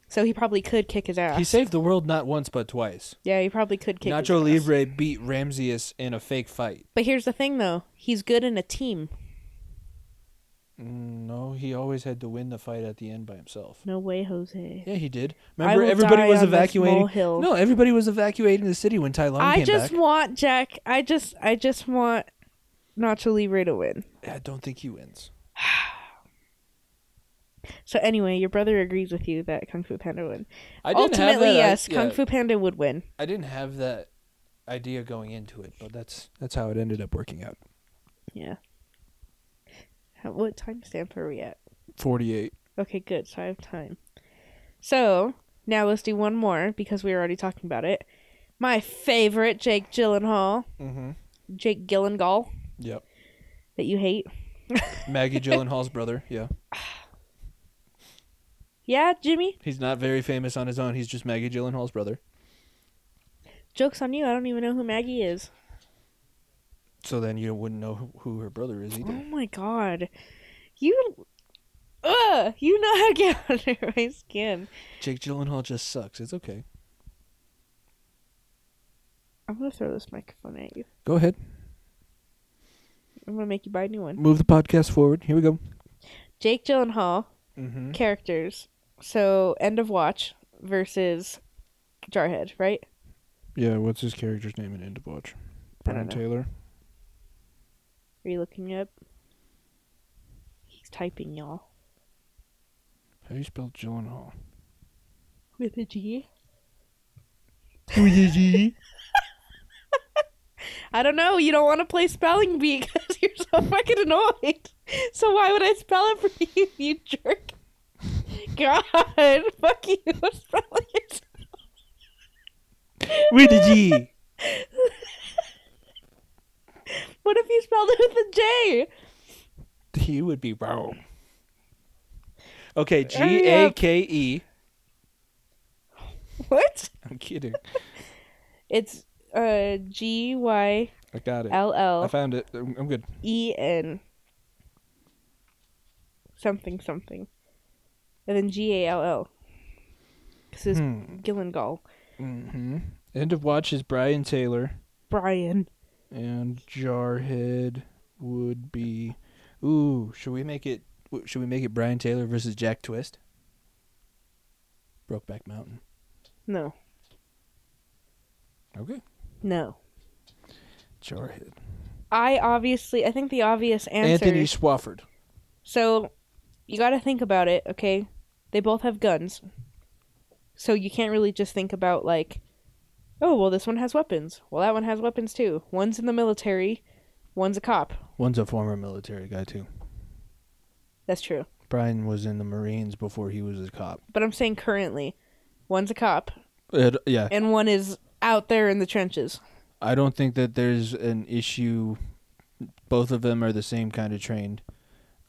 So he probably could kick his ass.
He saved the world not once but twice.
yeah, he probably could kick his
Nacho
ass.
Libre beat Ramses in a fake fight.
But here's the thing, though. He's good in a team.
Mm, No, he always had to win the fight at the end by himself.
No way, Jose.
Yeah, he did.
I
Remember,
will
everybody
die
was
on this
evacuating.
molehill.
No, everybody was evacuating the city when Tai Lung
I
came
just
back.
want Jack. I just, I just want Nacho Libre to win.
I don't think he wins.
So anyway, your brother agrees with you that Kung Fu Panda win.
I didn't
Ultimately,
have that,
yes,
I,
Kung
yeah,
Fu Panda would win.
I didn't have that idea going into it, but that's that's how it ended up working out.
Yeah. How, what timestamp are we at?
Forty-eight.
Okay, good. So I have time. So now let's do one more because we were already talking about it. My favorite, Jake Gyllenhaal,
Mm-hmm.
Jake Gyllenhaal,
Yep.
that you hate.
Maggie Gyllenhaal's brother. Yeah,
Yeah, Jimmy.
he's not very famous on his own. He's just Maggie Gyllenhaal's brother.
Jokes on you. I don't even know who Maggie is.
So then you wouldn't know who- who her brother is
Oh
either.
my god, you. Ugh, you know how to get under my skin.
Jake Gyllenhaal just sucks. It's okay.
I'm gonna throw this microphone at you.
Go ahead.
I'm gonna make you buy a new one.
Move the podcast forward. Here we go.
Jake Gyllenhaal
Mm-hmm.
characters So end of watch versus Jarhead, right?
Yeah, what's his character's name in End of Watch?
I don't
Brennan
know.
Taylor.
Are you looking up? He's typing y'all
How do you spell Gyllenhaal?
with a G. I don't know. You don't want to play spelling bee because you're so fucking annoyed. So why would I spell it for you, you jerk? God, fuck you. Spell it.
With a G.
What if you spelled it with a J?
He would be wrong. Okay, G
Hurry
A
up.
K E.
What?
I'm kidding.
It's uh G Y
I got it.
L
I
L
found it. I'm I'm good.
E N something something, and then G A L L. This is
Hmm.
Gillengall.
hmm End of watch is Brian Taylor
Brian.
and Jarhead would be. Ooh, should we make it? w- Should we make it Brian Taylor versus Jack Twist? Brokeback Mountain.
No,
Okay.
no.
Jarhead.
I obviously, I think the obvious answer.
Anthony Swafford.
So, you got to think about it, okay? They both have guns. So you can't really just think about like, oh, well, this one has weapons. Well, that one has weapons too. One's in the military, one's a cop.
One's a former military guy too.
That's true.
Brian was in the Marines before he was a cop.
But I'm saying currently, one's a cop
It- yeah,
and one is out there in the trenches.
I don't think that there's an issue. Both of them are the same kind of trained.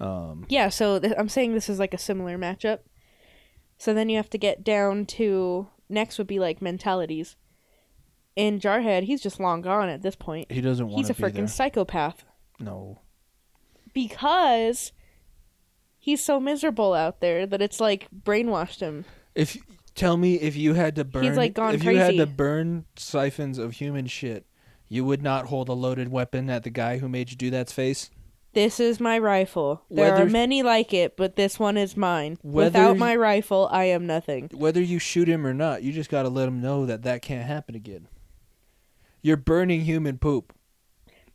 Um,
Yeah, so th- I'm saying this is like a similar matchup. So then you have to get down to next would be like mentalities. In Jarhead, he's just long gone at this point.
he doesn't want
He's
to
a
be there.
freaking psychopath.
no,
because he's so miserable out there that it's like brainwashed him.
If tell me if you had to burn,
like, gone
if you had to
crazy.
burn siphons of human shit, you would not hold a loaded weapon at the guy who made you do that face.
This is my rifle. There
Whether-
are many like it, but this one is mine.
Whether
Without
you-
my rifle, I am nothing.
Whether you shoot him or not, you just got to let him know that that can't happen again. You're burning human poop.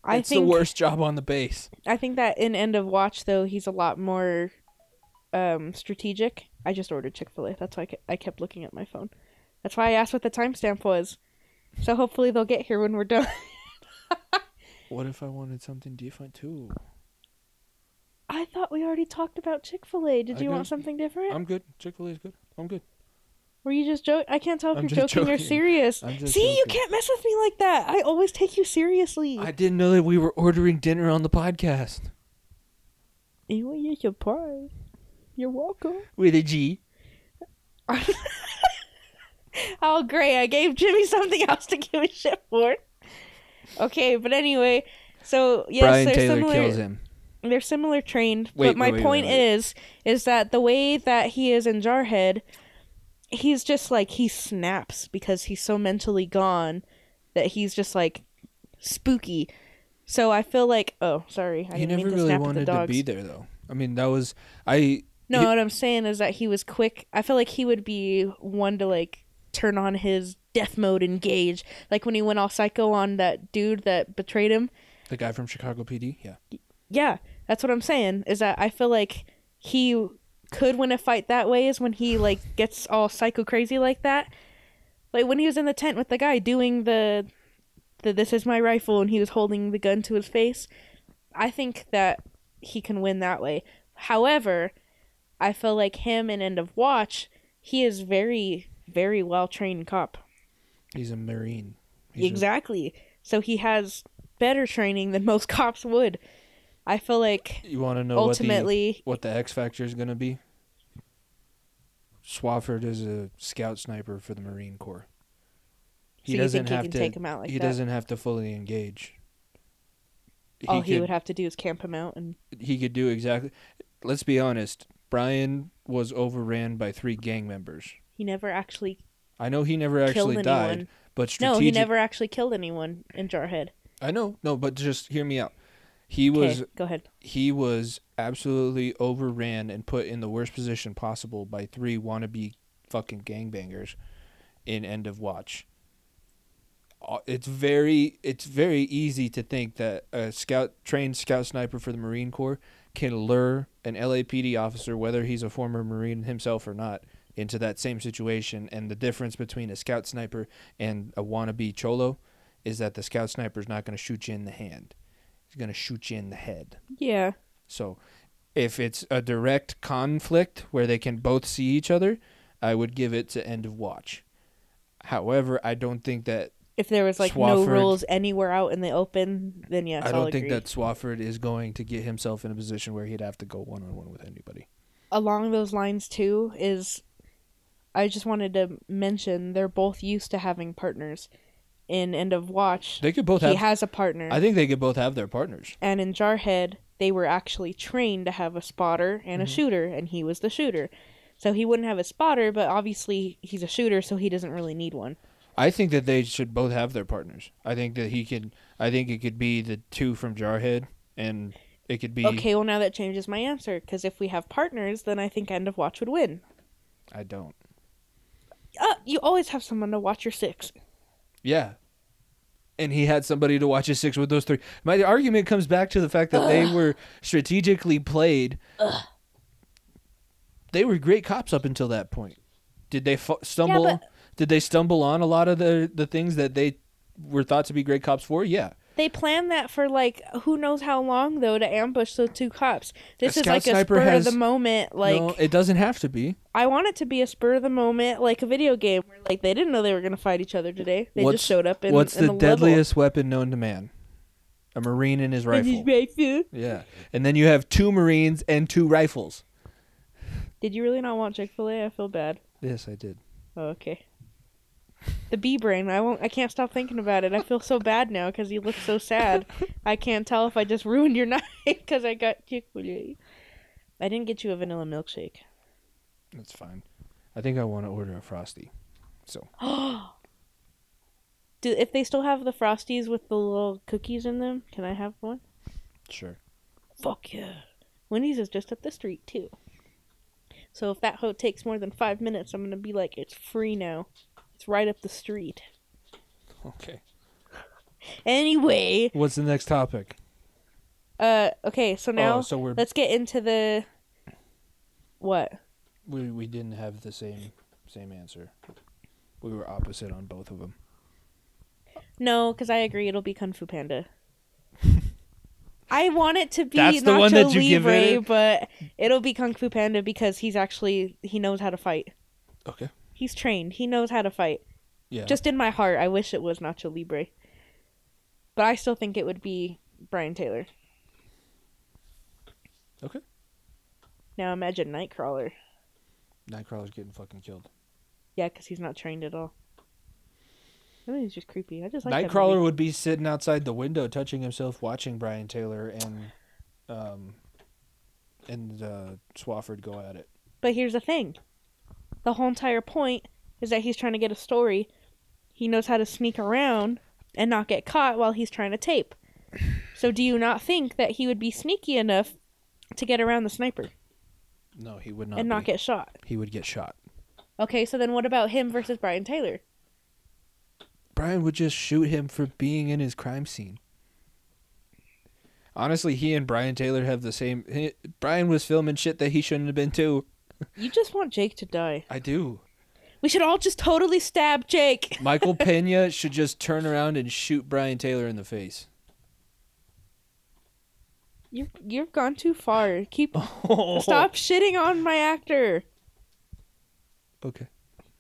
I
it's
think
the worst job on the base.
I think that in End of Watch though, he's a lot more um strategic. I just ordered Chick-fil-A. That's why I ke- I kept looking at my phone. That's why I asked what the timestamp was. So hopefully they'll get here when we're done.
What if I wanted something different too?
I thought we already talked about Chick-fil-A. Did
I
you
don't-
want something different?
I'm good. Chick Fil A is good. I'm good.
Were you just joking? I can't tell if
I'm
you're
just
joking, or
joking.
serious.
I'm just
See, you
joking.
can't mess with me like that. I always take you seriously.
I didn't know that we were ordering dinner on the podcast
You eat your pie. You're welcome.
with a G.
Oh, great. I gave Jimmy something else to give a shit for. Okay, but anyway, so yes,
Brian
they're
Taylor
similar.
kills him.
They're similar trained,
Wait,
but my
wait, wait,
point
wait, wait.
is, is that the way that he is in Jarhead, he's just like he snaps because he's so mentally gone that he's just like spooky. So I feel like, oh, sorry, I
He
didn't
never
mean to
really
snap at the
wanted to
dogs.
be there though. I mean, that was I
No,
He-
what I'm saying is that he was quick. I feel like he would be one to like turn on his death mode engage. Like when he went all psycho on that dude that betrayed him.
The guy from Chicago PD? Yeah.
Yeah, that's what I'm saying is that I feel like he could win a fight that way is when he like gets all psycho crazy like that. Like when he was in the tent with the guy doing the the this is my rifle and he was holding the gun to his face. I think that he can win that way. However, I feel like him in End of Watch, he is very very well trained cop.
He's a Marine. He's a-
exactly. So he has better training than most cops would. I feel like
you want to know
ultimately
what the, what the X Factor is going to be? Swafford is a scout sniper for the Marine Corps. He
so you
doesn't
think he
have
can
to
take him out like
he
that
doesn't have to fully engage.
all Oh, he
could,
would have to do is camp him out and
he could do exactly Let's be honest. Brian was overran by three gang members.
he never actually
I know he never
killed
actually
anyone
died, but
no he
strategic
never actually killed anyone in jarhead
I know. No, but just hear me out. He was
Okay, go ahead.
he was absolutely overran and put in the worst position possible by three wannabe fucking gangbangers in End of Watch. Uh, It's very it's very easy to think that a scout trained scout sniper for the Marine Corps can lure an LAPD officer, whether he's a former Marine himself or not, into that same situation. And the difference between a scout sniper and a wannabe cholo is that the scout sniper is not going to shoot you in the hand; he's going to shoot you in the head.
Yeah.
So if it's a direct conflict where they can both see each other, I would give it to end of watch. However, I don't think that
If there was like no
Swafford.
rules anywhere out in the open, then yes,
I
will
don't think
agree.
that Swafford is going to get himself in a position where he'd have to go one on one with anybody.
along those lines too is I just wanted to mention they're both used to having partners. In End of Watch,
They could both
he
have
has a partner.
I think they could both have their partners.
and in Jarhead, they were actually trained to have a spotter and a
Mhm.
shooter, and he was the shooter. So he wouldn't have a spotter, but obviously he's a shooter, so he doesn't really need one.
I think that they should both have their partners. I think that he could I think it could be the two from Jarhead and it could be
Okay, well now that changes my answer because if we have partners, then I think End of Watch would win.
I don't.
Uh, you always have someone to watch your six.
Yeah. And he had somebody to watch his six with those three. My argument comes back to the fact that they were strategically played. They were great cops up until that point. Did they fu- stumble?
but-
Did they stumble on a lot of the the things that they were thought to be great cops for? Yeah.
They planned that for like who knows how long though to ambush the two cops. This
A
is
scout
like a
sniper
spur
has-
of the moment. Like
no, it doesn't have to be.
I want it to be a spur of the moment, like a video game where like they didn't know they were gonna fight each other today. They
What's-
just showed up in,
What's
in
the
a
deadliest weapon known to man? A marine and his
level.
rifle.
Rifle.
Yeah. And then you have two marines and two rifles.
Did you really not want Chick Fil A? I feel bad.
Yes, I did.
Oh, okay. The bee brain. I won't. I can't stop thinking about it. I feel so bad now because you look so sad. I can't tell if I just ruined your night because I got Chick Fil A. I didn't get you a vanilla milkshake.
That's fine. I think I want to order a frosty.
Do if they still have the frosties with the little cookies in them? Can I have one?
Sure.
Fuck yeah! Wendy's is just up the street too. So if that hoe takes more than five minutes, I'm gonna be like, it's free now. It's right up the street.
Okay.
Anyway,
What's the next topic?
uh, okay, so now
oh, so we're
let's get into the what?
we we didn't have the same same answer. We were opposite on both of them.
No, because I agree, it'll be Kung Fu Panda. I want it to be
That's the
Nacho
one that you give
Libre,
it?
but it'll be Kung Fu Panda because he's actually he knows how to fight.
Okay.
He's trained. He knows how to fight.
Yeah.
Just in my heart, I wish it was Nacho Libre, but I still think it would be Brian Taylor.
Okay.
Now imagine Nightcrawler.
Nightcrawler's getting fucking killed.
Yeah, because he's not trained at all. I think he's just creepy. I just like that movie.
Nightcrawler would be sitting outside the window, touching himself, watching Brian Taylor and um and uh, Swafford go at it.
But here's the thing the whole entire point is that he's trying to get a story. He knows how to sneak around and not get caught while he's trying to tape. So, do you not think that he would be sneaky enough to get around the sniper
No, he would not.
and not
be.
get shot?
He would get shot.
Okay, so then what about him versus Brian Taylor?
Brian would just shoot him for being in his crime scene. Honestly, he and Brian Taylor have the same. he- Brian was filming shit that he shouldn't have been too.
You just want Jake to die.
I do.
We should all just totally stab Jake.
Michael Pena should just turn around and shoot Brian Taylor in the face.
You you've gone too far. Keep stop shitting on my actor.
Okay.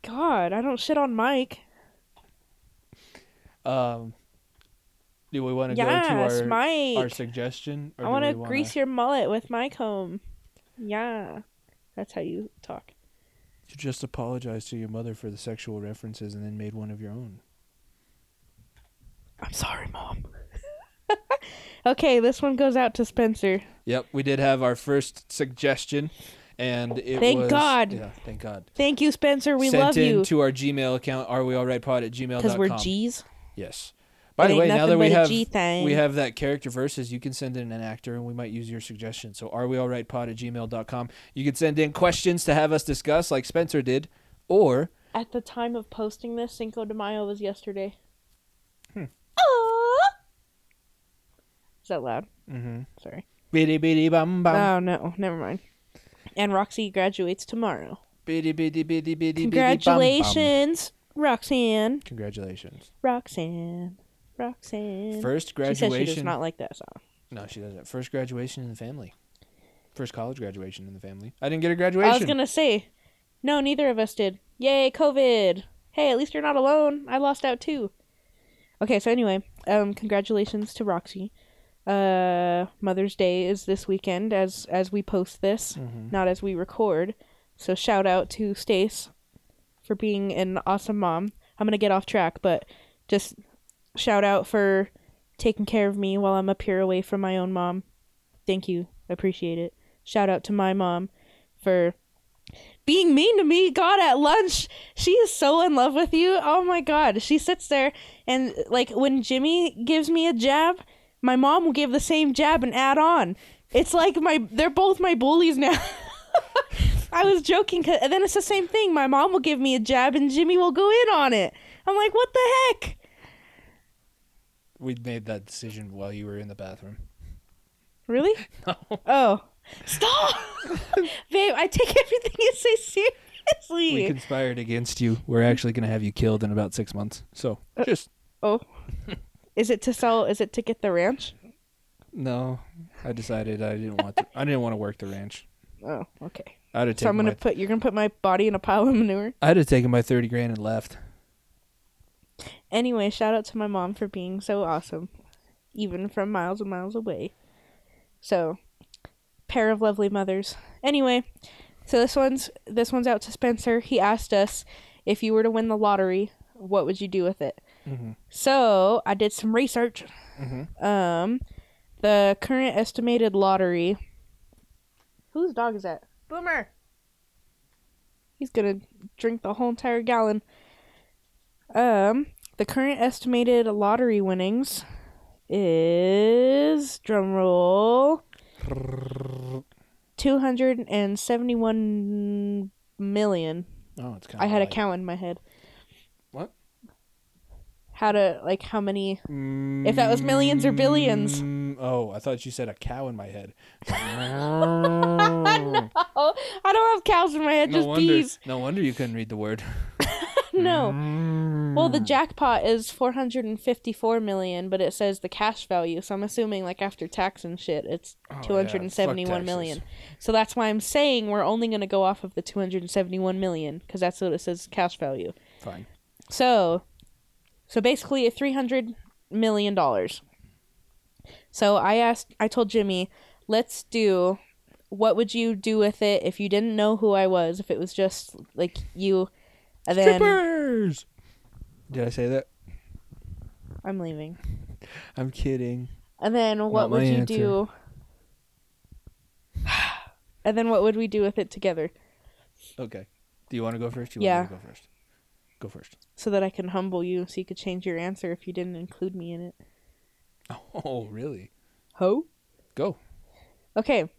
God, I don't shit on Mike.
Um, do we want to
Yes,
go to our,
Mike.
our suggestion?
I want to grease your mullet with my comb. Yeah. That's how you talk.
You just apologized to your mother for the sexual references and then made one of your own.
I'm sorry, Mom. okay, this one goes out to Spencer.
Yep, we did have our first suggestion, and it
Thank
was-
God.
Yeah, thank God.
Thank you, Spencer. We
sent
love
in
you.
to our Gmail account, arewealrightpod at gmail.com.
Because we're G's.
yes. By
It
the
ain't
way, now
nothing
that we
but a
have
G thing.
we have that character versus, you can send in an actor and we might use your suggestion. So are we all right pod at gmail.com. You can send in questions to have us discuss like Spencer did, or
At the time of posting this, Cinco de Mayo was yesterday.
Hmm.
Aw. Is that loud?
mm-hmm.
Sorry.
biddy biddy bum bum.
oh no, never mind. And Roxy graduates tomorrow.
Biddy biddy biddy biddy biddy bum, bum.
Congratulations, Roxanne.
Congratulations.
Roxanne. Roxanne.
First
she says she does
graduation.
not like that song.
No, she doesn't. First graduation in the family. First college graduation in the family. I didn't get a graduation.
I was gonna say, no, neither of us did. Yay, COVID! Hey, at least you're not alone. I lost out too. Okay, so anyway, um, congratulations to Roxy. Uh, Mother's Day is this weekend as as we post this,
Mhm.
not as we record. So shout out to Stace for being an awesome mom. I'm gonna get off track, but just shout out for taking care of me while I'm up here away from my own mom. Thank you, appreciate it. Shout out to my mom for being mean to me. God, at lunch, she is so in love with you. Oh my God. She sits there and, like, when Jimmy gives me a jab, my mom will give the same jab and add on. It's like my, they're both my bullies now. I was joking, 'cause- and then it's the same thing. My mom will give me a jab and Jimmy will go in on it. I'm like, what the heck?
We made that decision while you were in the bathroom.
Really?
No.
Oh. Stop! Babe, I take everything you say seriously.
We conspired against you. We're actually going to have you killed in about six months. So just
Oh. Is it to sell? Is it to get the ranch?
no. I decided I didn't want. To, I didn't want to work the ranch.
Oh, okay.
I'd have
So I'm
taken.
gonna
my,
put you're gonna put my body in a pile of manure.
I'd have taken my thirty grand and left.
Anyway, shout out to my mom for being so awesome, even from miles and miles away. So, pair of lovely mothers. Anyway, so this one's this one's out to Spencer. He asked us if you were to win the lottery, what would you do with it?
Mhm.
So I did some research.
Mhm.
Um, the current estimated lottery. Whose dog is that? Boomer. He's gonna drink the whole entire gallon. Um, the current estimated lottery winnings is drumroll two hundred and seventy-one million.
Oh, it's kind.
I had a count in my head.
What?
How to like how many? If that was millions or billions.
Mm, Oh, I thought you said a cow in my head.
Oh, I don't have cows in my head.
no
just
wonder.
bees.
No wonder you couldn't read the word. Mm. Oh,
No. Well,
Hmm.
the jackpot is 454 million, but it says the cash value. So I'm assuming like after tax and shit, it's
Oh, yeah, fuck
two hundred and seventy-one
taxes.
million. So that's why I'm saying we're only going to go off of the 271 million cuz that's what it says cash value.
Fine.
So, so basically, a three hundred million dollars. So I asked, I told Jimmy, let's do. What would you do with it if you didn't know who I was? If it was just like you, and then
Strippers. Did I say that?
I'm leaving.
I'm kidding.
And then what
Not my
would you
answer.
do? And then what would we do with it together,
Okay. Do you want to go first? You
Yeah.
Want me to go first. Go first.
so that I can humble you, so you could change your answer if you didn't include me in it?
Oh, really?
Ho.
Go.
Okay,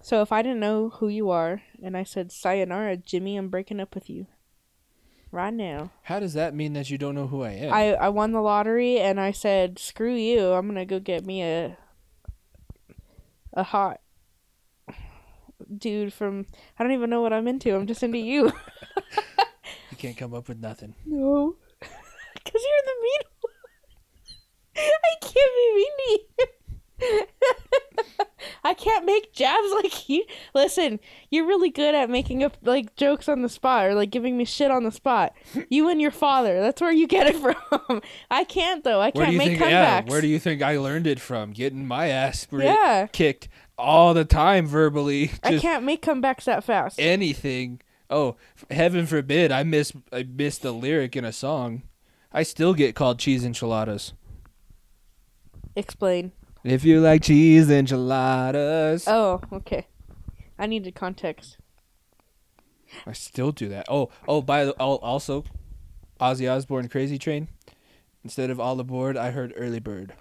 so if I didn't know who you are and I said, Sayonara, Jimmy, I'm breaking up with you. Right now.
How does that mean that you don't know who I am?
I, I won the lottery and I said, screw you, I'm gonna go get me a a hot dude from I don't even know what I'm into. I'm just into you.
you can't come up with nothing.
No. Cause you're the mean one. I can't be mean to you. I can't make jabs like you. Listen, you're really good at making up like jokes on the spot or like giving me shit on the spot. You and your father. That's where you get it from. I can't though. I
Where do
can't
you
make
think?
comebacks.
Yeah. Where do you think I learned it from? Getting my ass re-
Yeah.
kicked all the time verbally. Just
I can't make comebacks that fast.
anything. Oh, f- heaven forbid I miss I missed a lyric in a song. I still get called cheese enchiladas.
Explain.
If you like cheese enchiladas,
Oh, okay. I needed context.
I still do that. Oh, oh, by the oh, also, Ozzy Osbourne Crazy Train. Instead of all aboard, I heard early bird.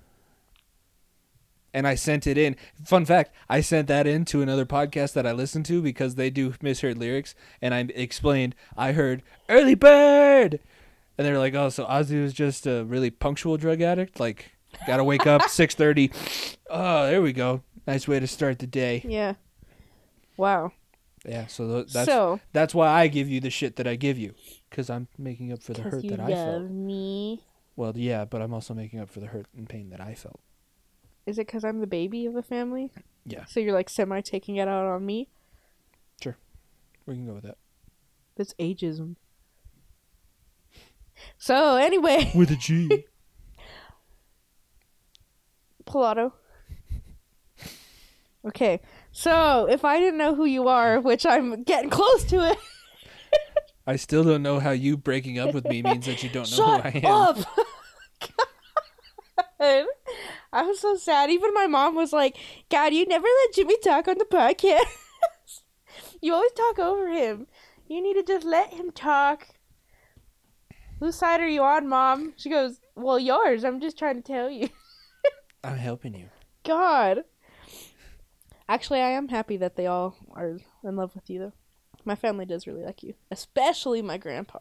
And I sent it in. Fun fact, I sent that in to another podcast that I listened to because they do misheard lyrics and I explained I heard early bird. And they were like, "Oh, so Ozzy was just a really punctual drug addict, like got to wake up 6:30. Oh, there we go. Nice way to start the day."
Yeah. Wow.
Yeah, so tho- that's
so
that's why I give you the shit that I give you, because I'm making up for the hurt
you
that I
love
felt.
me.
Well, yeah, but I'm also making up for the hurt and pain that I felt.
Is it because I'm the baby of the family?
Yeah.
So you're like semi taking it out on me?
We can go with that.
That's ageism. So anyway,
With a G.
Pilato. Okay, so if I didn't know who you are, which I'm getting close to it,
I still don't know how you breaking up with me means that you don't know
shut
who I am.
up. God. I'm so sad. Even my mom was like, "God, you never let Jimmy talk on the podcast. you always talk over him. You need to just let him talk." Whose side are you on, mom? She goes, "Well, yours. I'm just trying to tell you."
I'm helping you.
God. Actually, I am happy that they all are in love with you, though. My family does really like you, especially my grandpa.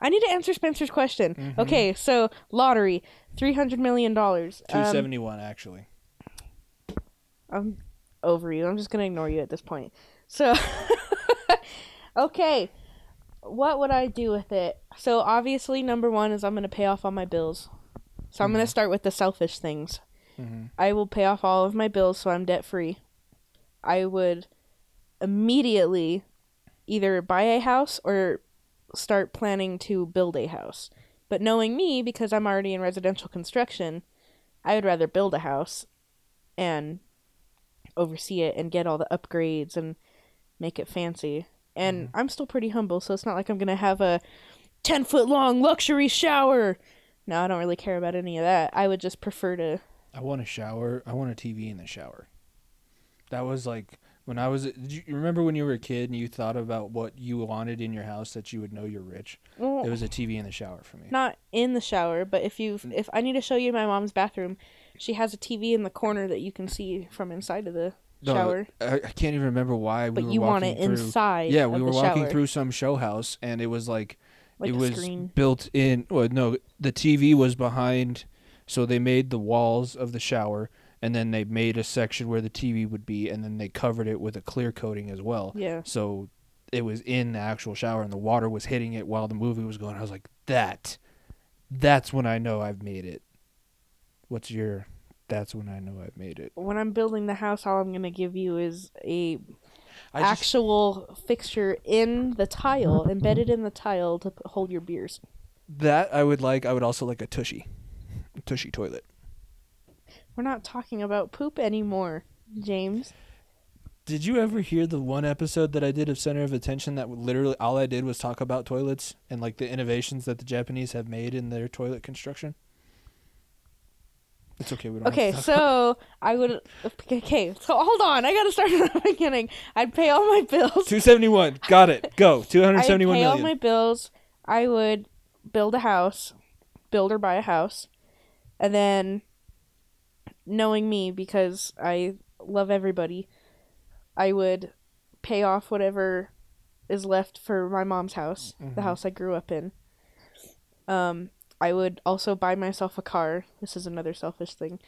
I need to answer Spencer's question.
Mhm.
Okay, so lottery, three hundred million dollars. Um,
Two seventy one, actually.
I'm over you. I'm just gonna ignore you at this point. So, okay, what would I do with it? So obviously, number one is I'm gonna pay off all my bills. So I'm gonna start with the selfish things.
Mhm.
I will pay off all of my bills so I'm debt free. I would immediately either buy a house or start planning to build a house. But knowing me, because I'm already in residential construction, I would rather build a house and oversee it and get all the upgrades and make it fancy. And I'm still pretty humble, so it's not like I'm going to have a 10 foot long luxury shower. No, I don't really care about any of that. I would just prefer to.
I want a shower. I want a TV in the shower. That was like when I was. Did you you remember when you were a kid and you thought about what you wanted in your house that you would know you're rich? It was a TV in the shower for me.
not in the shower, but if you
Mm.
if I need to show you my mom's bathroom, she has a TV in the corner that you can see from inside of the
No,
shower.
I, I can't even remember why we
But
were
you want
walking
it
through.
inside.
Yeah,
of
we
the
were walking
shower,
through some show house, and it was like,
like
it
a
was
screen.
built in. Well, no, the TV was behind, so they made the walls of the shower, and then they made a section where the TV would be, and then they covered it with a clear coating as well.
Yeah,
So it was in the actual shower, and the water was hitting it while the movie was going. I was like, that, that's when I know I've made it. What's your? That's when I know I've made it.
when I'm building the house, all I'm gonna give you is a
I just, Mm-hmm.
actual fixture in the tile, embedded in the tile to p- hold your beers.
that I would like. I would also like a tushy, a tushy toilet.
We're not talking about poop anymore, James.
Did you ever hear the one episode that I did of Center of Attention that literally all I did was talk about toilets and like the innovations that the Japanese have made in their toilet construction? It's okay. We don't. have to
Okay,
talk-
so I would. Okay, so hold on. I gotta start from the beginning. I'd pay all my bills.
271. Got it. Go. Two hundred
I'd pay
seventy-one
all
million.
my bills. I would build a house, build or buy a house, and then, knowing me because I love everybody, I would pay off whatever is left for my mom's house,
Mhm.
the house I grew up in. Um, I would also buy myself a car. This is another selfish thing.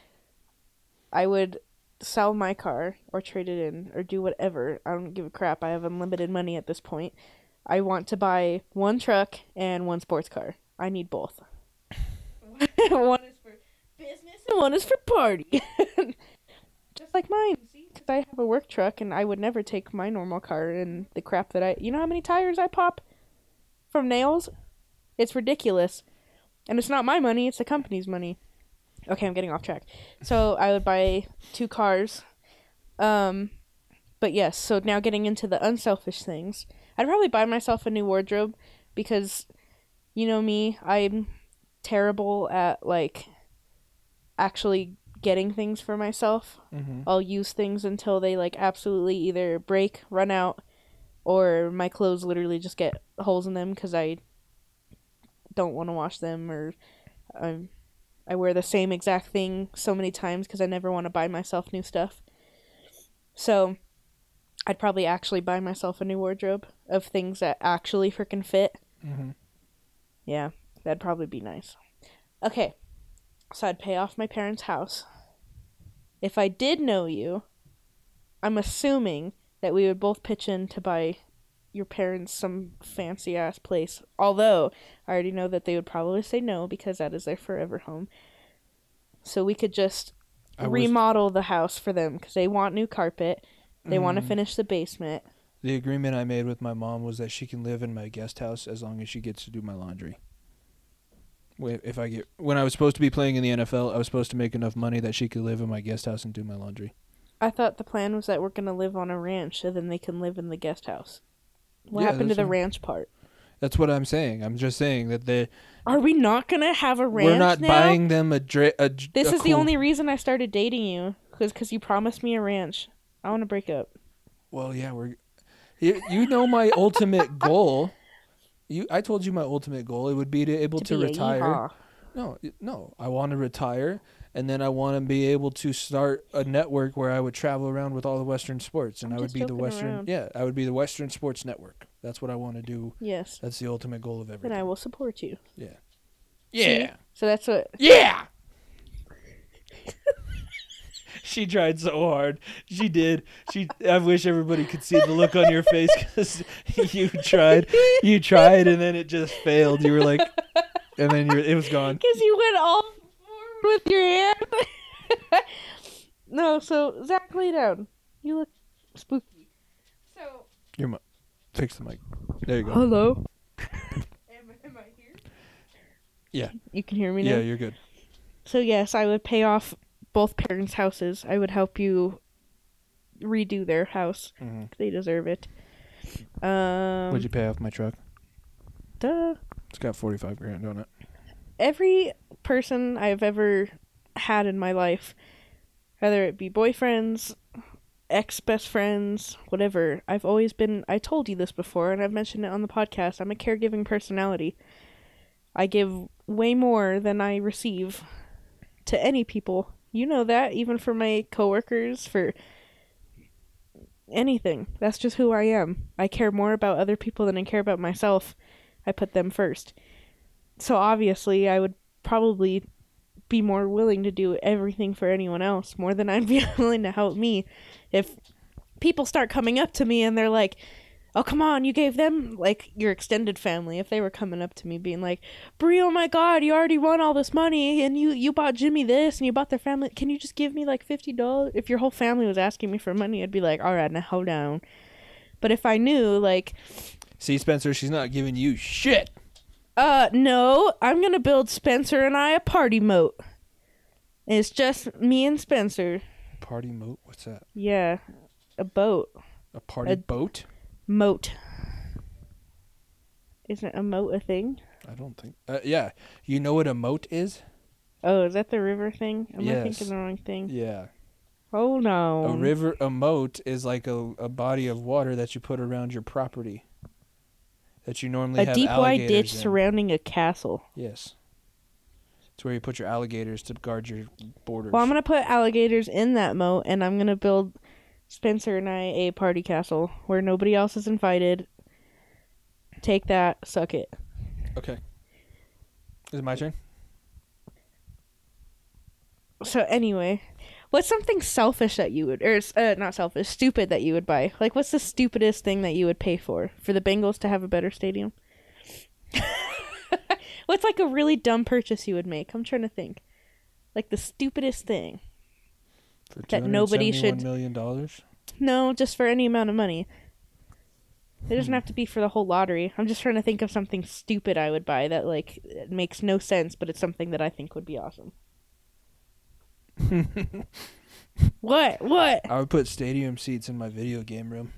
I would sell my car or trade it in or do whatever. I don't give a crap. I have unlimited money at this point. I want to buy one truck and one sports car. I need both. one is for business and one is for party. Just like mine, see? Because I have a work truck and I would never take my normal car and the crap that I. You know how many tires I pop from nails? It's ridiculous. And it's not my money, it's the company's money. Okay, I'm getting off track. So I would buy two cars. Um, but yes, so now getting into the unselfish things. I'd probably buy myself a new wardrobe because you know me, I'm terrible at like actually getting things for myself.
mm-hmm.
I'll use things until they like absolutely either break, run out, or my clothes literally just get holes in them because I don't want to wash them or I'm I wear the same exact thing so many times because I never want to buy myself new stuff. So I'd probably actually buy myself a new wardrobe of things that actually freaking fit.
Mm-hmm.
Yeah, that'd probably be nice. Okay, so I'd pay off my parents' house. If I did know you, I'm assuming that we would both pitch in to buy your parents some fancy ass place. Although I already know that they would probably say no because that is their forever home. So we could just
I was-
remodel the house for them because they want new carpet. They want to
Mm-hmm.
finish the basement.
The agreement I made with my mom was that she can live in my guest house as long as she gets to do my laundry. Wait, If I get when I was supposed to be playing in the NFL, I was supposed to make enough money that she could live in my guest house and do my laundry.
I thought the plan was that we're gonna live on a ranch, so then they can live in the guest house. What
Yeah,
happened to
that's
the
fine.
ranch part?
That's what I'm saying. I'm just saying that they
Are we not gonna have a ranch?
we're not
now?
buying them a dra- a j-
This
a
is the
cool-
only reason I started dating you, because you promised me a ranch. I want to break up.
Well, yeah, we're you, you know my ultimate goal. You I told you my ultimate goal it would be to able to,
be a
retire.
yeehaw.
No, y- no. I want to retire, and then I want to be able to start a network where I would travel around with all the Western sports, and
I'm
I would
just
be the
joking
Western.
around.
Yeah, I would be the Western Sports Network. That's what I want to do.
Yes.
That's the ultimate goal of everything.
Then I will support you.
yeah,
So that's what.
yeah. she tried so hard. She did. She. I wish everybody could see the look on your face because you tried, you tried, and then it just failed. You were like, and then you it was gone.
Because you went all forward with your hand. no, so Zach, lay down. You look spooky. So.
Your mic. Fix the mic. There you go.
Hello. am, am I here?
Yeah.
You can hear me now.
Yeah, you're good.
So yes, I would pay off both parents' houses. I would help you redo their house.
Mhm.
They deserve it. Um,
Would you pay off my truck?
duh.
It's got forty five grand on it.
every person I've ever had in my life, whether it be boyfriends, ex best friends, whatever, I've always been. I told you this before, and I've mentioned it on the podcast. I'm a caregiving personality. I give way more than I receive to any people. You know that, even for my coworkers, for anything. That's just who I am. I care more about other people than I care about myself. I put them first so obviously I would probably be more willing to do everything for anyone else more than I'd be willing to help me if people start coming up to me and they're like oh come on you gave them like your extended family if they were coming up to me being like Brie oh my god you already won all this money and you you bought Jimmy this and you bought their family can you just give me like $50 if your whole family was asking me for money I'd be like all right now hold down but if I knew like
See, Spencer, she's not giving you shit.
uh, no, I'm gonna build Spencer and I a party moat. And It's just me and Spencer.
Party moat? What's that?
Yeah, a boat
A party
A-
boat?
moat. Isn't a moat a thing?
I don't think. Uh, yeah, you know what a moat is?
Oh, is that the river thing? Am I
Yes.
thinking the wrong thing?
Yeah,
Oh no.
a river. A moat is like a, a body of water that you put around your property. That you normally
A
have
deep wide
alligators
ditch
in.
surrounding a castle.
Yes, it's where you put your alligators to guard your borders.
Well, I'm gonna put alligators in that moat, and I'm gonna build Spencer and I a party castle where nobody else is invited. Take that, suck it.
Okay. Is it my turn?
So anyway, what's something selfish that you would, or uh, not selfish, stupid that you would buy? Like, what's the stupidest thing that you would pay for for the Bengals to have a better stadium? what's like a really dumb purchase you would make? I'm trying to think. Like the stupidest thing.
For
That nobody should-
$271 million dollars.
No, just for any amount of money. It doesn't have to be for the whole lottery. I'm just trying to think of something stupid I would buy that like it makes no sense, but it's something that I think would be awesome. what? What?
I would put stadium seats in my video game room.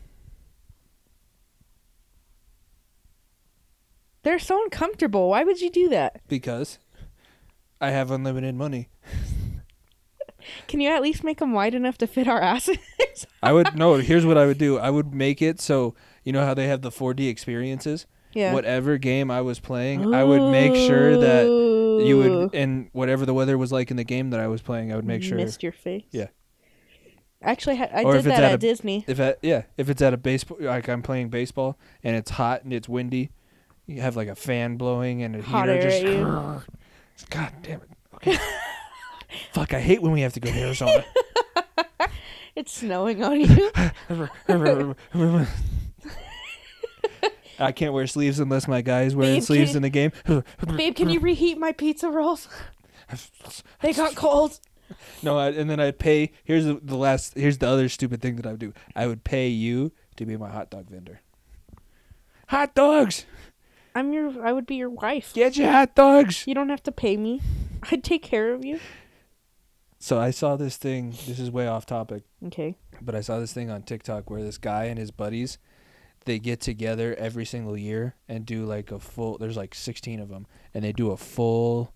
They're so uncomfortable. Why would you do that?
Because I have unlimited money.
Can you at least make them wide enough to fit our asses?
I would no, here's what I would do. I would make it so you know how they have the 4D experiences?
Yeah. Oh.
whatever game I was playing, I would make sure that you
Ooh.
would, and whatever the weather was like in the game that I was playing, I would make sure.
Missed your face.
Yeah.
Actually, ha- I
Or
did
if it's
that
at
at,
a-
Disney.
If at, yeah, if it's at a baseball, like I'm playing baseball and it's hot and it's windy, you have like a fan blowing and a
Hot
heater
air
just.
at you.
God damn it! Okay. Fuck! I hate when we have to go to Arizona.
It's snowing on you.
I can't wear sleeves unless my guy is wearing
Babe,
sleeves
can-
in the game.
Babe, can you reheat my pizza rolls? They got cold.
no, I, and then I'd pay. Here's the, the last. Here's the other stupid thing that I would do. I would pay you to be my hot dog vendor. Hot dogs!
I'm your. I would be your wife.
Get your hot dogs!
You don't have to pay me. I'd take care of you.
So I saw this thing. This is way off topic,
Okay.
but I saw this thing on TikTok where this guy and his buddies, they get together every single year and do like a full. There's like 16 of them, and they do a full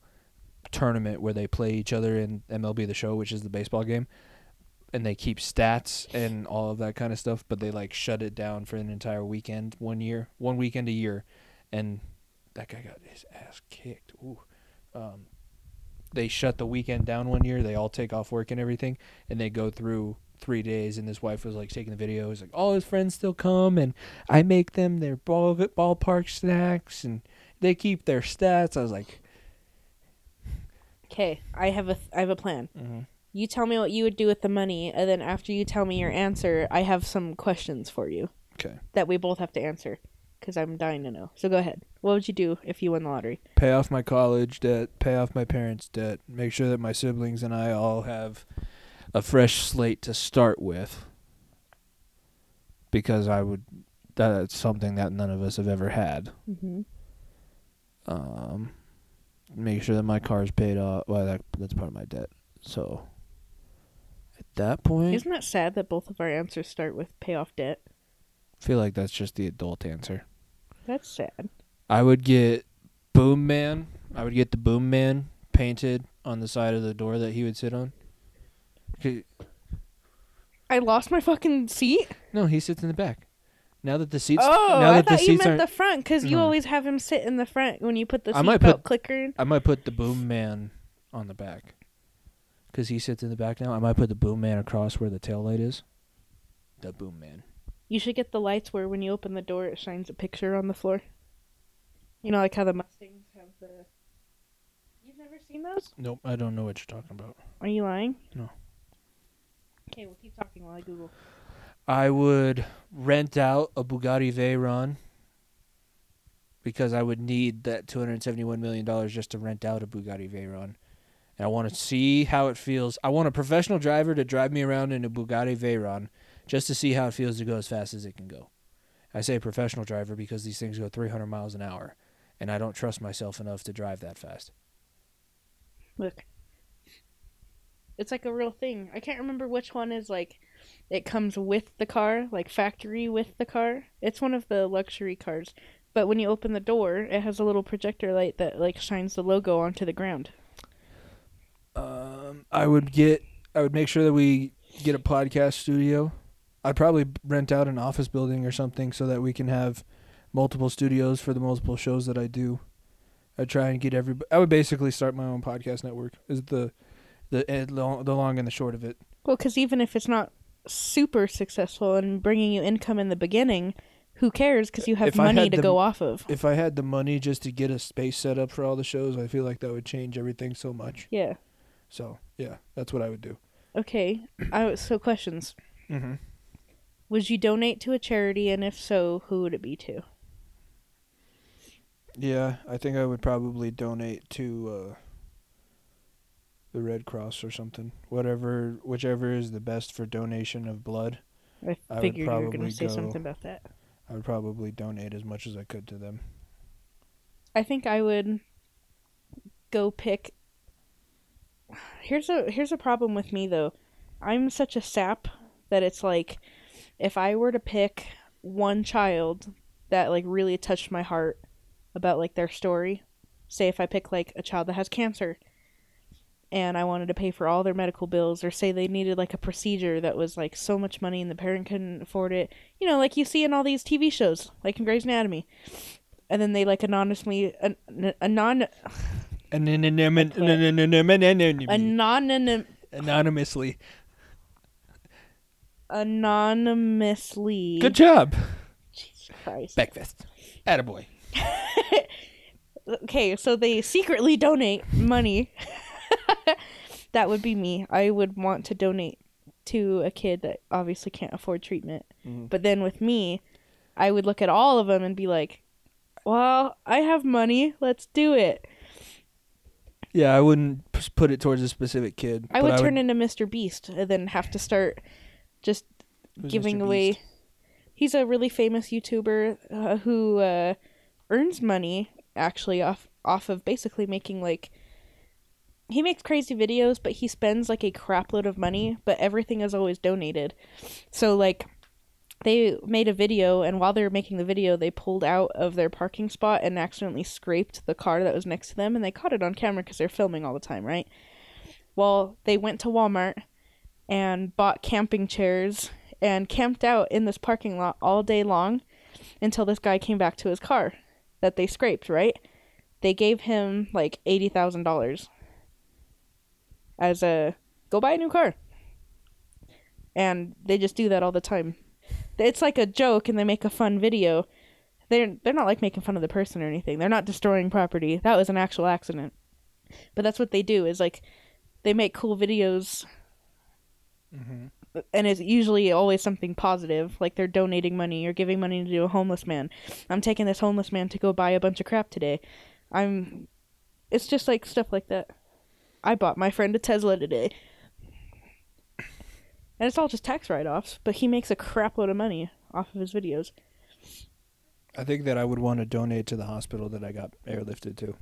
tournament where they play each other in MLB The Show, which is the baseball game, and they keep stats and all of that kind of stuff. But they like shut it down for an entire weekend, one year, one weekend a year, and that guy got his ass kicked. Ooh. Um, they shut the weekend down one year. They all take off work and everything, and they go through three days. And his wife was like taking the videos, like all his friends still come, and I make them their ball ballpark snacks, and they keep their stats. I was like,
Okay. I have a. Th- I have a plan.
Mm-hmm.
You tell me what you would do with the money, and then after you tell me your answer, I have some questions for you.
Okay.
That we both have to answer, because I'm dying to know. So go ahead. What would you do if you won the lottery?
pay off my college debt, pay off my parents' debt, make sure that my siblings and I all have a fresh slate to start with. Because I would, that's something that none of us have ever had.
Mm-hmm.
um, make sure that my car's paid off. Well, that, that's part of my debt. So at that point,
Isn't that sad that both of our answers start with pay off debt?
I feel like that's just the adult answer.
That's sad.
I would get Boom Man. I would get the Boom Man painted on the side of the door that he would sit on. 'Kay,
I lost my fucking seat.
No, he sits in the back. Now that the seats,
oh,
now
I
that the
thought you
seats
meant
aren't,
the front because you
No.
always have him sit in the front when you put the
I might
seatbelt
put-
clicker. in.
I might put the Boom Man on the back. Cause he sits in the back now. I might put the boom man across where the tail light is. The boom man.
You should get the lights where when you open the door, it shines a picture on the floor. You know, like how the Mustangs have the. You've never seen those?
Nope, I don't know what you're talking about.
Are you lying?
No.
Okay, we'll keep talking while I Google.
I would rent out a Bugatti Veyron because I would need that two hundred seventy-one million dollars just to rent out a Bugatti Veyron, and I want to see how it feels. I want a professional driver to drive me around in a Bugatti Veyron just to see how it feels to go as fast as it can go. I say professional driver because these things go three hundred miles an hour, and I don't trust myself enough to drive that fast.
Look. It's like a real thing. I can't remember which one is like it comes with the car, like factory with the car. It's one of the luxury cars. But when you open the door, it has a little projector light that like shines the logo onto the ground.
Um, I would get. I would make sure that we get a podcast studio. I'd probably rent out an office building or something so that we can have multiple studios for the multiple shows that I do. I try and get every. I would basically start my own podcast network. Is the the eh, long, the long and the short of it.
Well, cuz even if it's not super successful and bringing you income in the beginning, who cares cuz you have
If I
money
had
to
the-
go off of.
If I had the money just to get a space set up for all the shows, I feel like that would change everything so much.
Yeah.
So yeah, that's what I would do.
Okay. I, so questions.
Mm-hmm.
Would you donate to a charity and if so, who would it be to?
Yeah, I think I would probably donate to uh, the Red Cross or something. Whatever, whichever is the best for donation of blood,
I
I would
figured you were going
probably
to say
go-
something about that.
I would probably donate as much as I could to them.
I think I would go pick. Here's a here's a problem with me though. I'm such a sap that it's like if I were to pick one child that like really touched my heart about like their story, say if I pick like a child that has cancer and I wanted to pay for all their medical bills or say they needed like a procedure that was like so much money and the parent couldn't afford it. You know, like you see in all these TV shows, like in Grey's Anatomy and then they like anonymously an, an, anon
Anonymous-
anonym
Anonymously.
anonymously.
Good job.
Jesus Christ.
Breakfast. Attaboy.
okay, so they secretly donate money. that would be me. I would want to donate to a kid that obviously can't afford treatment.
Mhm.
But then with me, I would look at all of them and be like, "Well, I have money. Let's do it."
Yeah, I wouldn't p- put it towards a specific kid.
I would turn into Mr. Beast and then have to start just giving away. He's a really famous YouTuber uh, who uh, earns money actually off off of basically making like he makes crazy videos, but he spends like a crapload of money, but everything is always donated. So like they made a video and while they were making the video they pulled out of their parking spot and accidentally scraped the car that was next to them and they caught it on camera because they're filming all the time right well they went to walmart and bought camping chairs and camped out in this parking lot all day long until this guy came back to his car that they scraped, right? They gave him like $80,000 as a go buy a new car. And they just do that all the time. It's like a joke and they make a fun video. They're they're not like making fun of the person or anything. They're not destroying property. That was an actual accident. But that's what they do is like they make cool videos
hmm
and it's usually always something positive like they're donating money or giving money to a homeless man i'm taking this homeless man to go buy a bunch of crap today i'm it's just like stuff like that i bought my friend a tesla today and it's all just tax write-offs but he makes a crapload of money off of his videos
I think that I would want to donate to the hospital that I got airlifted to.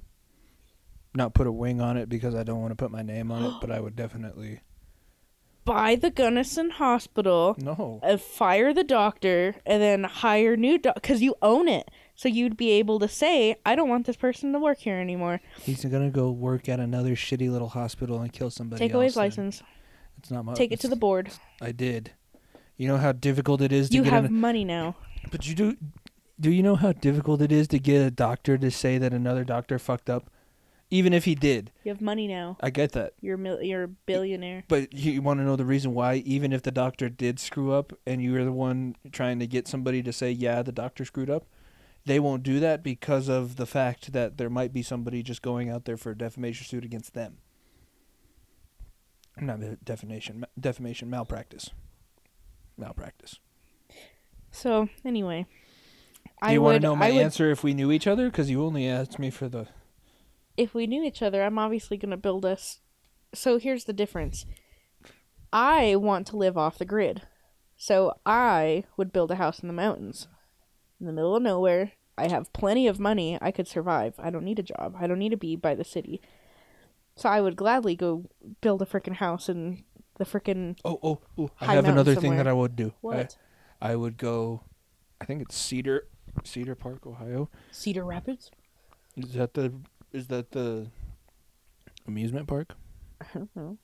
Not put a wing on it because I don't want to put my name on it, but I would definitely
buy the gunnison hospital
no.
uh, fire the doctor and then hire new doc because you own it so you'd be able to say i don't want this person to work here anymore
He's gonna go work at another shitty little hospital and kill somebody.
take away his
else, and
license
It's not my.
take it to the board
I did. You know how difficult it is to
You
get.
have
an,
money now.
but you do. Do you know how difficult it is to get a doctor to say that another doctor fucked up, even if he did?
You have money now.
I get that.
You're a mil- you're a billionaire.
But you want to know the reason why, even if the doctor did screw up and you were the one trying to get somebody to say, yeah, the doctor screwed up, they won't do that because of the fact that there might be somebody just going out there for a defamation suit against them. Not a defamation, defamation, malpractice. Malpractice.
So anyway,
Do
I
you want to
would
know my
I would
answer if we knew each other? Because you only asked me for the.
if we knew each other, I'm obviously gonna build us. So here's the difference. I want to live off the grid, so I would build a house in the mountains, in the middle of nowhere. I have plenty of money. I could survive. I don't need a job. I don't need to be by the city. So I would gladly go build a freaking house in the freaking
Oh, oh, oh! I
High
have
mountain
another thing
somewhere.
that I would do.
what
I, I would go. I think it's Cedar, Cedar Park, Ohio.
Cedar Rapids.
Is that the is that the amusement park?
I don't know.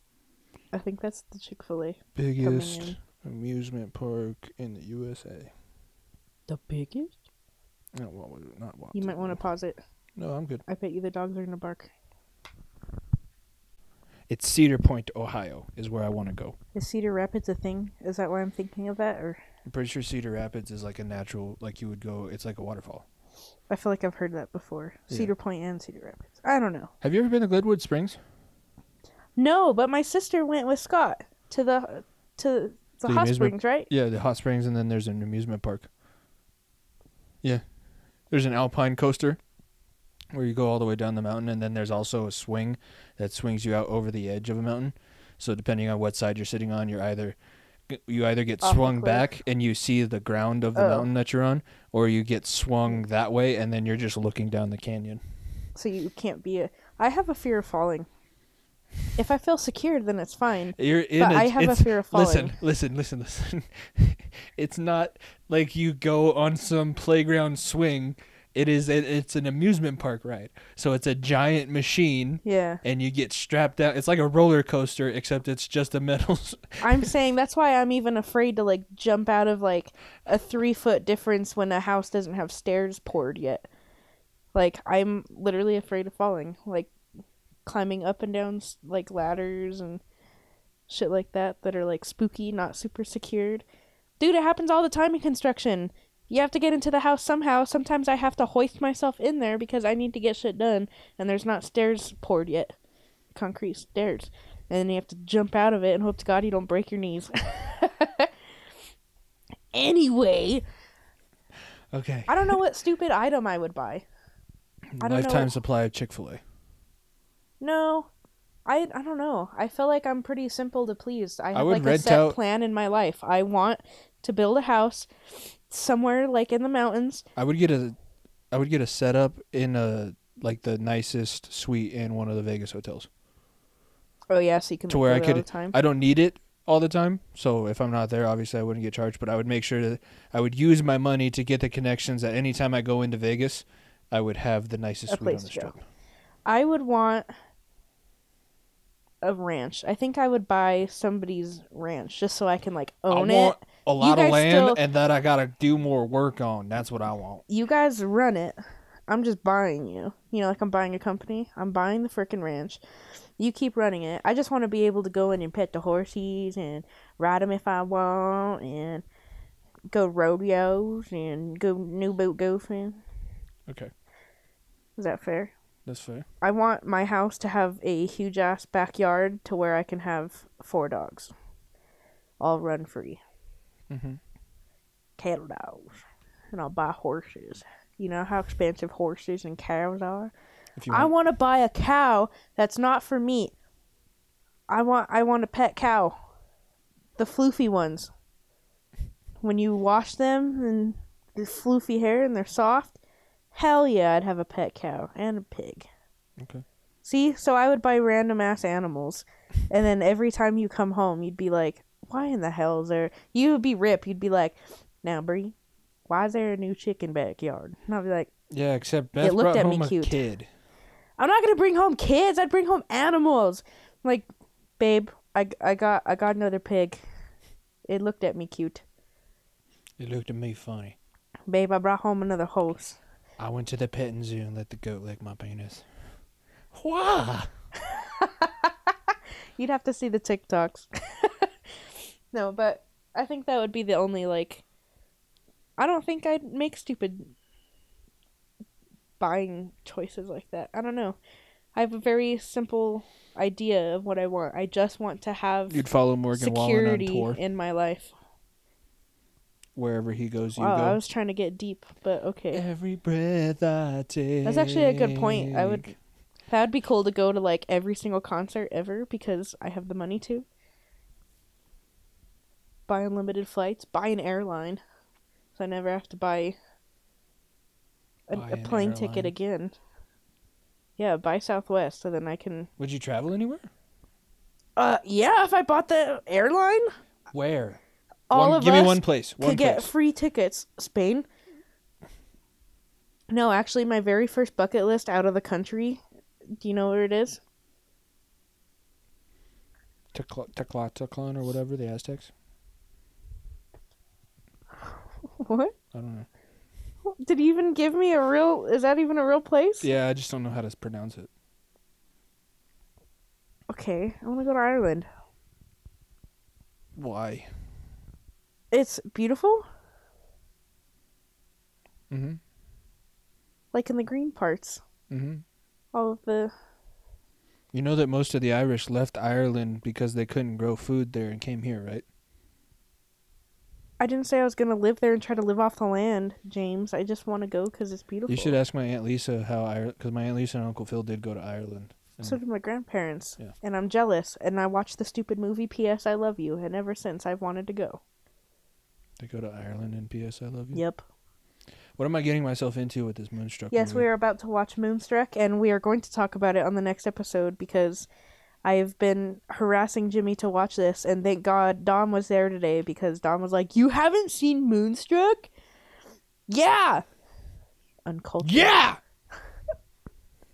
I think that's the Chick fil A.
Biggest amusement park in the USA.
The biggest?
Not Walt, not Walt
You might want to pause it.
No, I'm good.
I bet you the dogs are going to bark.
It's Cedar Point, Ohio, is where I want to go.
Is Cedar Rapids a thing? Is that why I'm thinking of that? Or
I'm pretty sure Cedar Rapids is like a natural, like you would go. It's like a waterfall.
I feel like I've heard that before.
Yeah.
Cedar Point and Cedar Rapids. I don't know.
Have you ever been to Glenwood Springs?
No, but my sister went with Scott to the to the,
The
hot
amusement-
springs, right?
Yeah, the hot springs, and then there's an amusement park. Yeah, there's an alpine coaster where you go all the way down the mountain, and then there's also a swing that swings you out over the edge of a mountain. So depending on what side you're sitting on, you're either you either get
Off the
swung
cliff.
back and you see the ground of the
Oh. Mm.
mountain that you're on, or you get swung that way and then you're just looking down the canyon.
So you can't be a. I have a fear of falling. If I feel secured, then it's fine.
You're in
But
a-
I have a
it's-
fear of falling.
Listen, listen, listen, listen. it's not like you go on some playground swing. It is it, it's an amusement park ride. So it's a giant machine
Yeah.
and you get strapped down. It's like a roller coaster except it's just a metal s-
I'm saying that's why I'm even afraid to like jump out of like a three foot difference when a house doesn't have stairs poured yet. Like I'm literally afraid of falling, like climbing up and down s- like ladders and shit like that that are like spooky, not super secured. Dude, it happens all the time in construction. You have to get into the house somehow. Sometimes I have to hoist myself in there because I need to get shit done and there's not stairs poured yet. Concrete stairs. And then you have to jump out of it and hope to god you don't break your knees. anyway,
Okay.
I don't know what stupid item I would buy. I don't know
Lifetime
what-
supply of Chick Fil A.
No, I I don't know. I feel like I'm pretty simple to please. I have
would
like a
rent
set
out-
plan in my life. I want to build a house somewhere like in the mountains.
I would get a, I would get a setup in a like the nicest suite in one of the Vegas hotels.
Oh yeah, so you can
To
like,
where
go
I
there all
could-
the time.
I don't need it all the time, so if I'm not there, obviously I wouldn't get charged. But I would make sure that I would use my money to get the connections. That any time I go into Vegas, I would have the nicest
A
suite on
place
the
to go.
strip.
I would want a ranch. I think I would buy somebody's ranch just so I can like own
I want
it.
a lot of
guys
land,
still-
and that I gotta do more work on. That's what I want.
You guys run it. I'm just buying you. You know, like I'm buying a company. I'm buying the frickin' ranch. You keep running it. I just want to be able to go in and pet the horses and ride them if I want and go rodeos and go new boat goofing.
Okay,
Is that fair?
that's fair.
I want my house to have a huge ass backyard to where I can have four dogs. All run free.
Mhm.
Cattle dogs. And I'll buy horses. You know how expensive horses and cows are?
If you
I
want,
want to buy a cow that's not for meat. I want I want a pet cow. The floofy ones. When you wash them and the floofy hair and they're soft, hell yeah, I'd have a pet cow and a pig.
Okay.
See, so I would buy random ass animals, and then every time you come home, you'd be like, "Why in the hell is there?" You would be Rip. You'd be like, "Now, Bree, why is there a new chicken backyard?" And I'll be like.
yeah, except Beth
looked
brought
at me
home a
cute.
kid.
I'm not gonna bring home kids. I'd bring home animals. I'm like, babe, I, I got I got another pig. It looked at me cute.
It looked at me funny.
Babe, I brought home another horse.
I went to the petting zoo and let the goat lick my penis. Why?
You'd have to see the TikToks. no, but I think that would be the only like. I don't think I'd make stupid buying choices like that. I don't know. I have a very simple idea of what I want. I just want to have
You'd follow Morgan Wallen on
security
tour.
in my life.
Wherever he goes, you
Wow, I
go.
was trying to get deep, but okay.
Every breath I take.
That's actually a good point. I would- That would be cool to go to like every single concert ever because I have the money to. Buy unlimited flights, buy an airline. So I never have to buy a,
Buy
a
an
plane
airline.
ticket again. Yeah, buy Southwest so then I can.
Would you travel anywhere?
Uh, yeah, if I bought the airline,
Where?
all
one,
of
give
us
me one place.
could
One
get
place.
free tickets. Spain. No, actually, my very first bucket list out of the country. Do you know where it is?
Tecla- Teclateclan or whatever the Aztecs.
What?
I don't know.
Did he even give me a real? Is that even a real place?
Yeah, I just don't know how to pronounce it.
Okay, I want to go to Ireland.
Why?
It's beautiful,
Mhm.
like in the green parts.
Mhm.
All of the
You know that most of the Irish left Ireland because they couldn't grow food there and came here, right?
I didn't say I was gonna live there and try to live off the land, James. I just want to go because it's beautiful.
You should ask my aunt Lisa how Ireland, because my aunt Lisa and Uncle Phil did go to Ireland.
So did my grandparents,
Yeah.
and I'm jealous. And I watched the stupid movie P.S. I Love You, and ever since I've wanted to go.
They go to Ireland and P.S. I love you.
Yep.
What am I getting myself into with this Moonstruck?
Yes,
movie?
we are about to watch Moonstruck, and we are going to talk about it on the next episode because I have been harassing Jimmy to watch this, and thank God Dom was there today because Dom was like, "You haven't seen Moonstruck? Yeah, uncultured.
Yeah.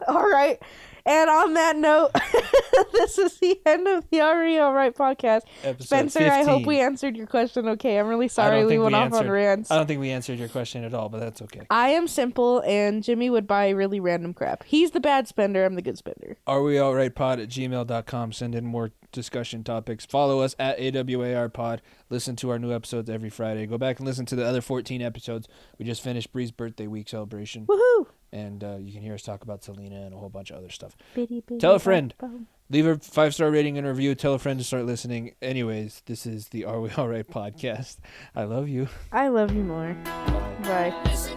All right. And on that note, this is the end of the RE All Right podcast.
Episode
Spencer, I
15.
hope we answered your question okay. I'm really sorry we
think
went
we
off on
answered- Uh,
rants.
I don't think we answered your question at all, but that's okay.
I am simple, and Jimmy would buy really random crap. He's the bad spender, I'm the good spender.
Are we all right pod at gmail.com? Send in more discussion topics. Follow us at AWAR pod. Listen to our new episodes every Friday. Go back and listen to the other 14 episodes. We just finished Bree's birthday week celebration,
Woohoo!
and uh, you can hear us talk about Selena and a whole bunch of other stuff.
Bitty, bitty,
Tell a friend.
bop, bop.
Leave a five star rating and review. Tell a friend to start listening. Anyways, this is the Are We All Right podcast. I love you.
I love you more.
Bye.
Bye.
Listen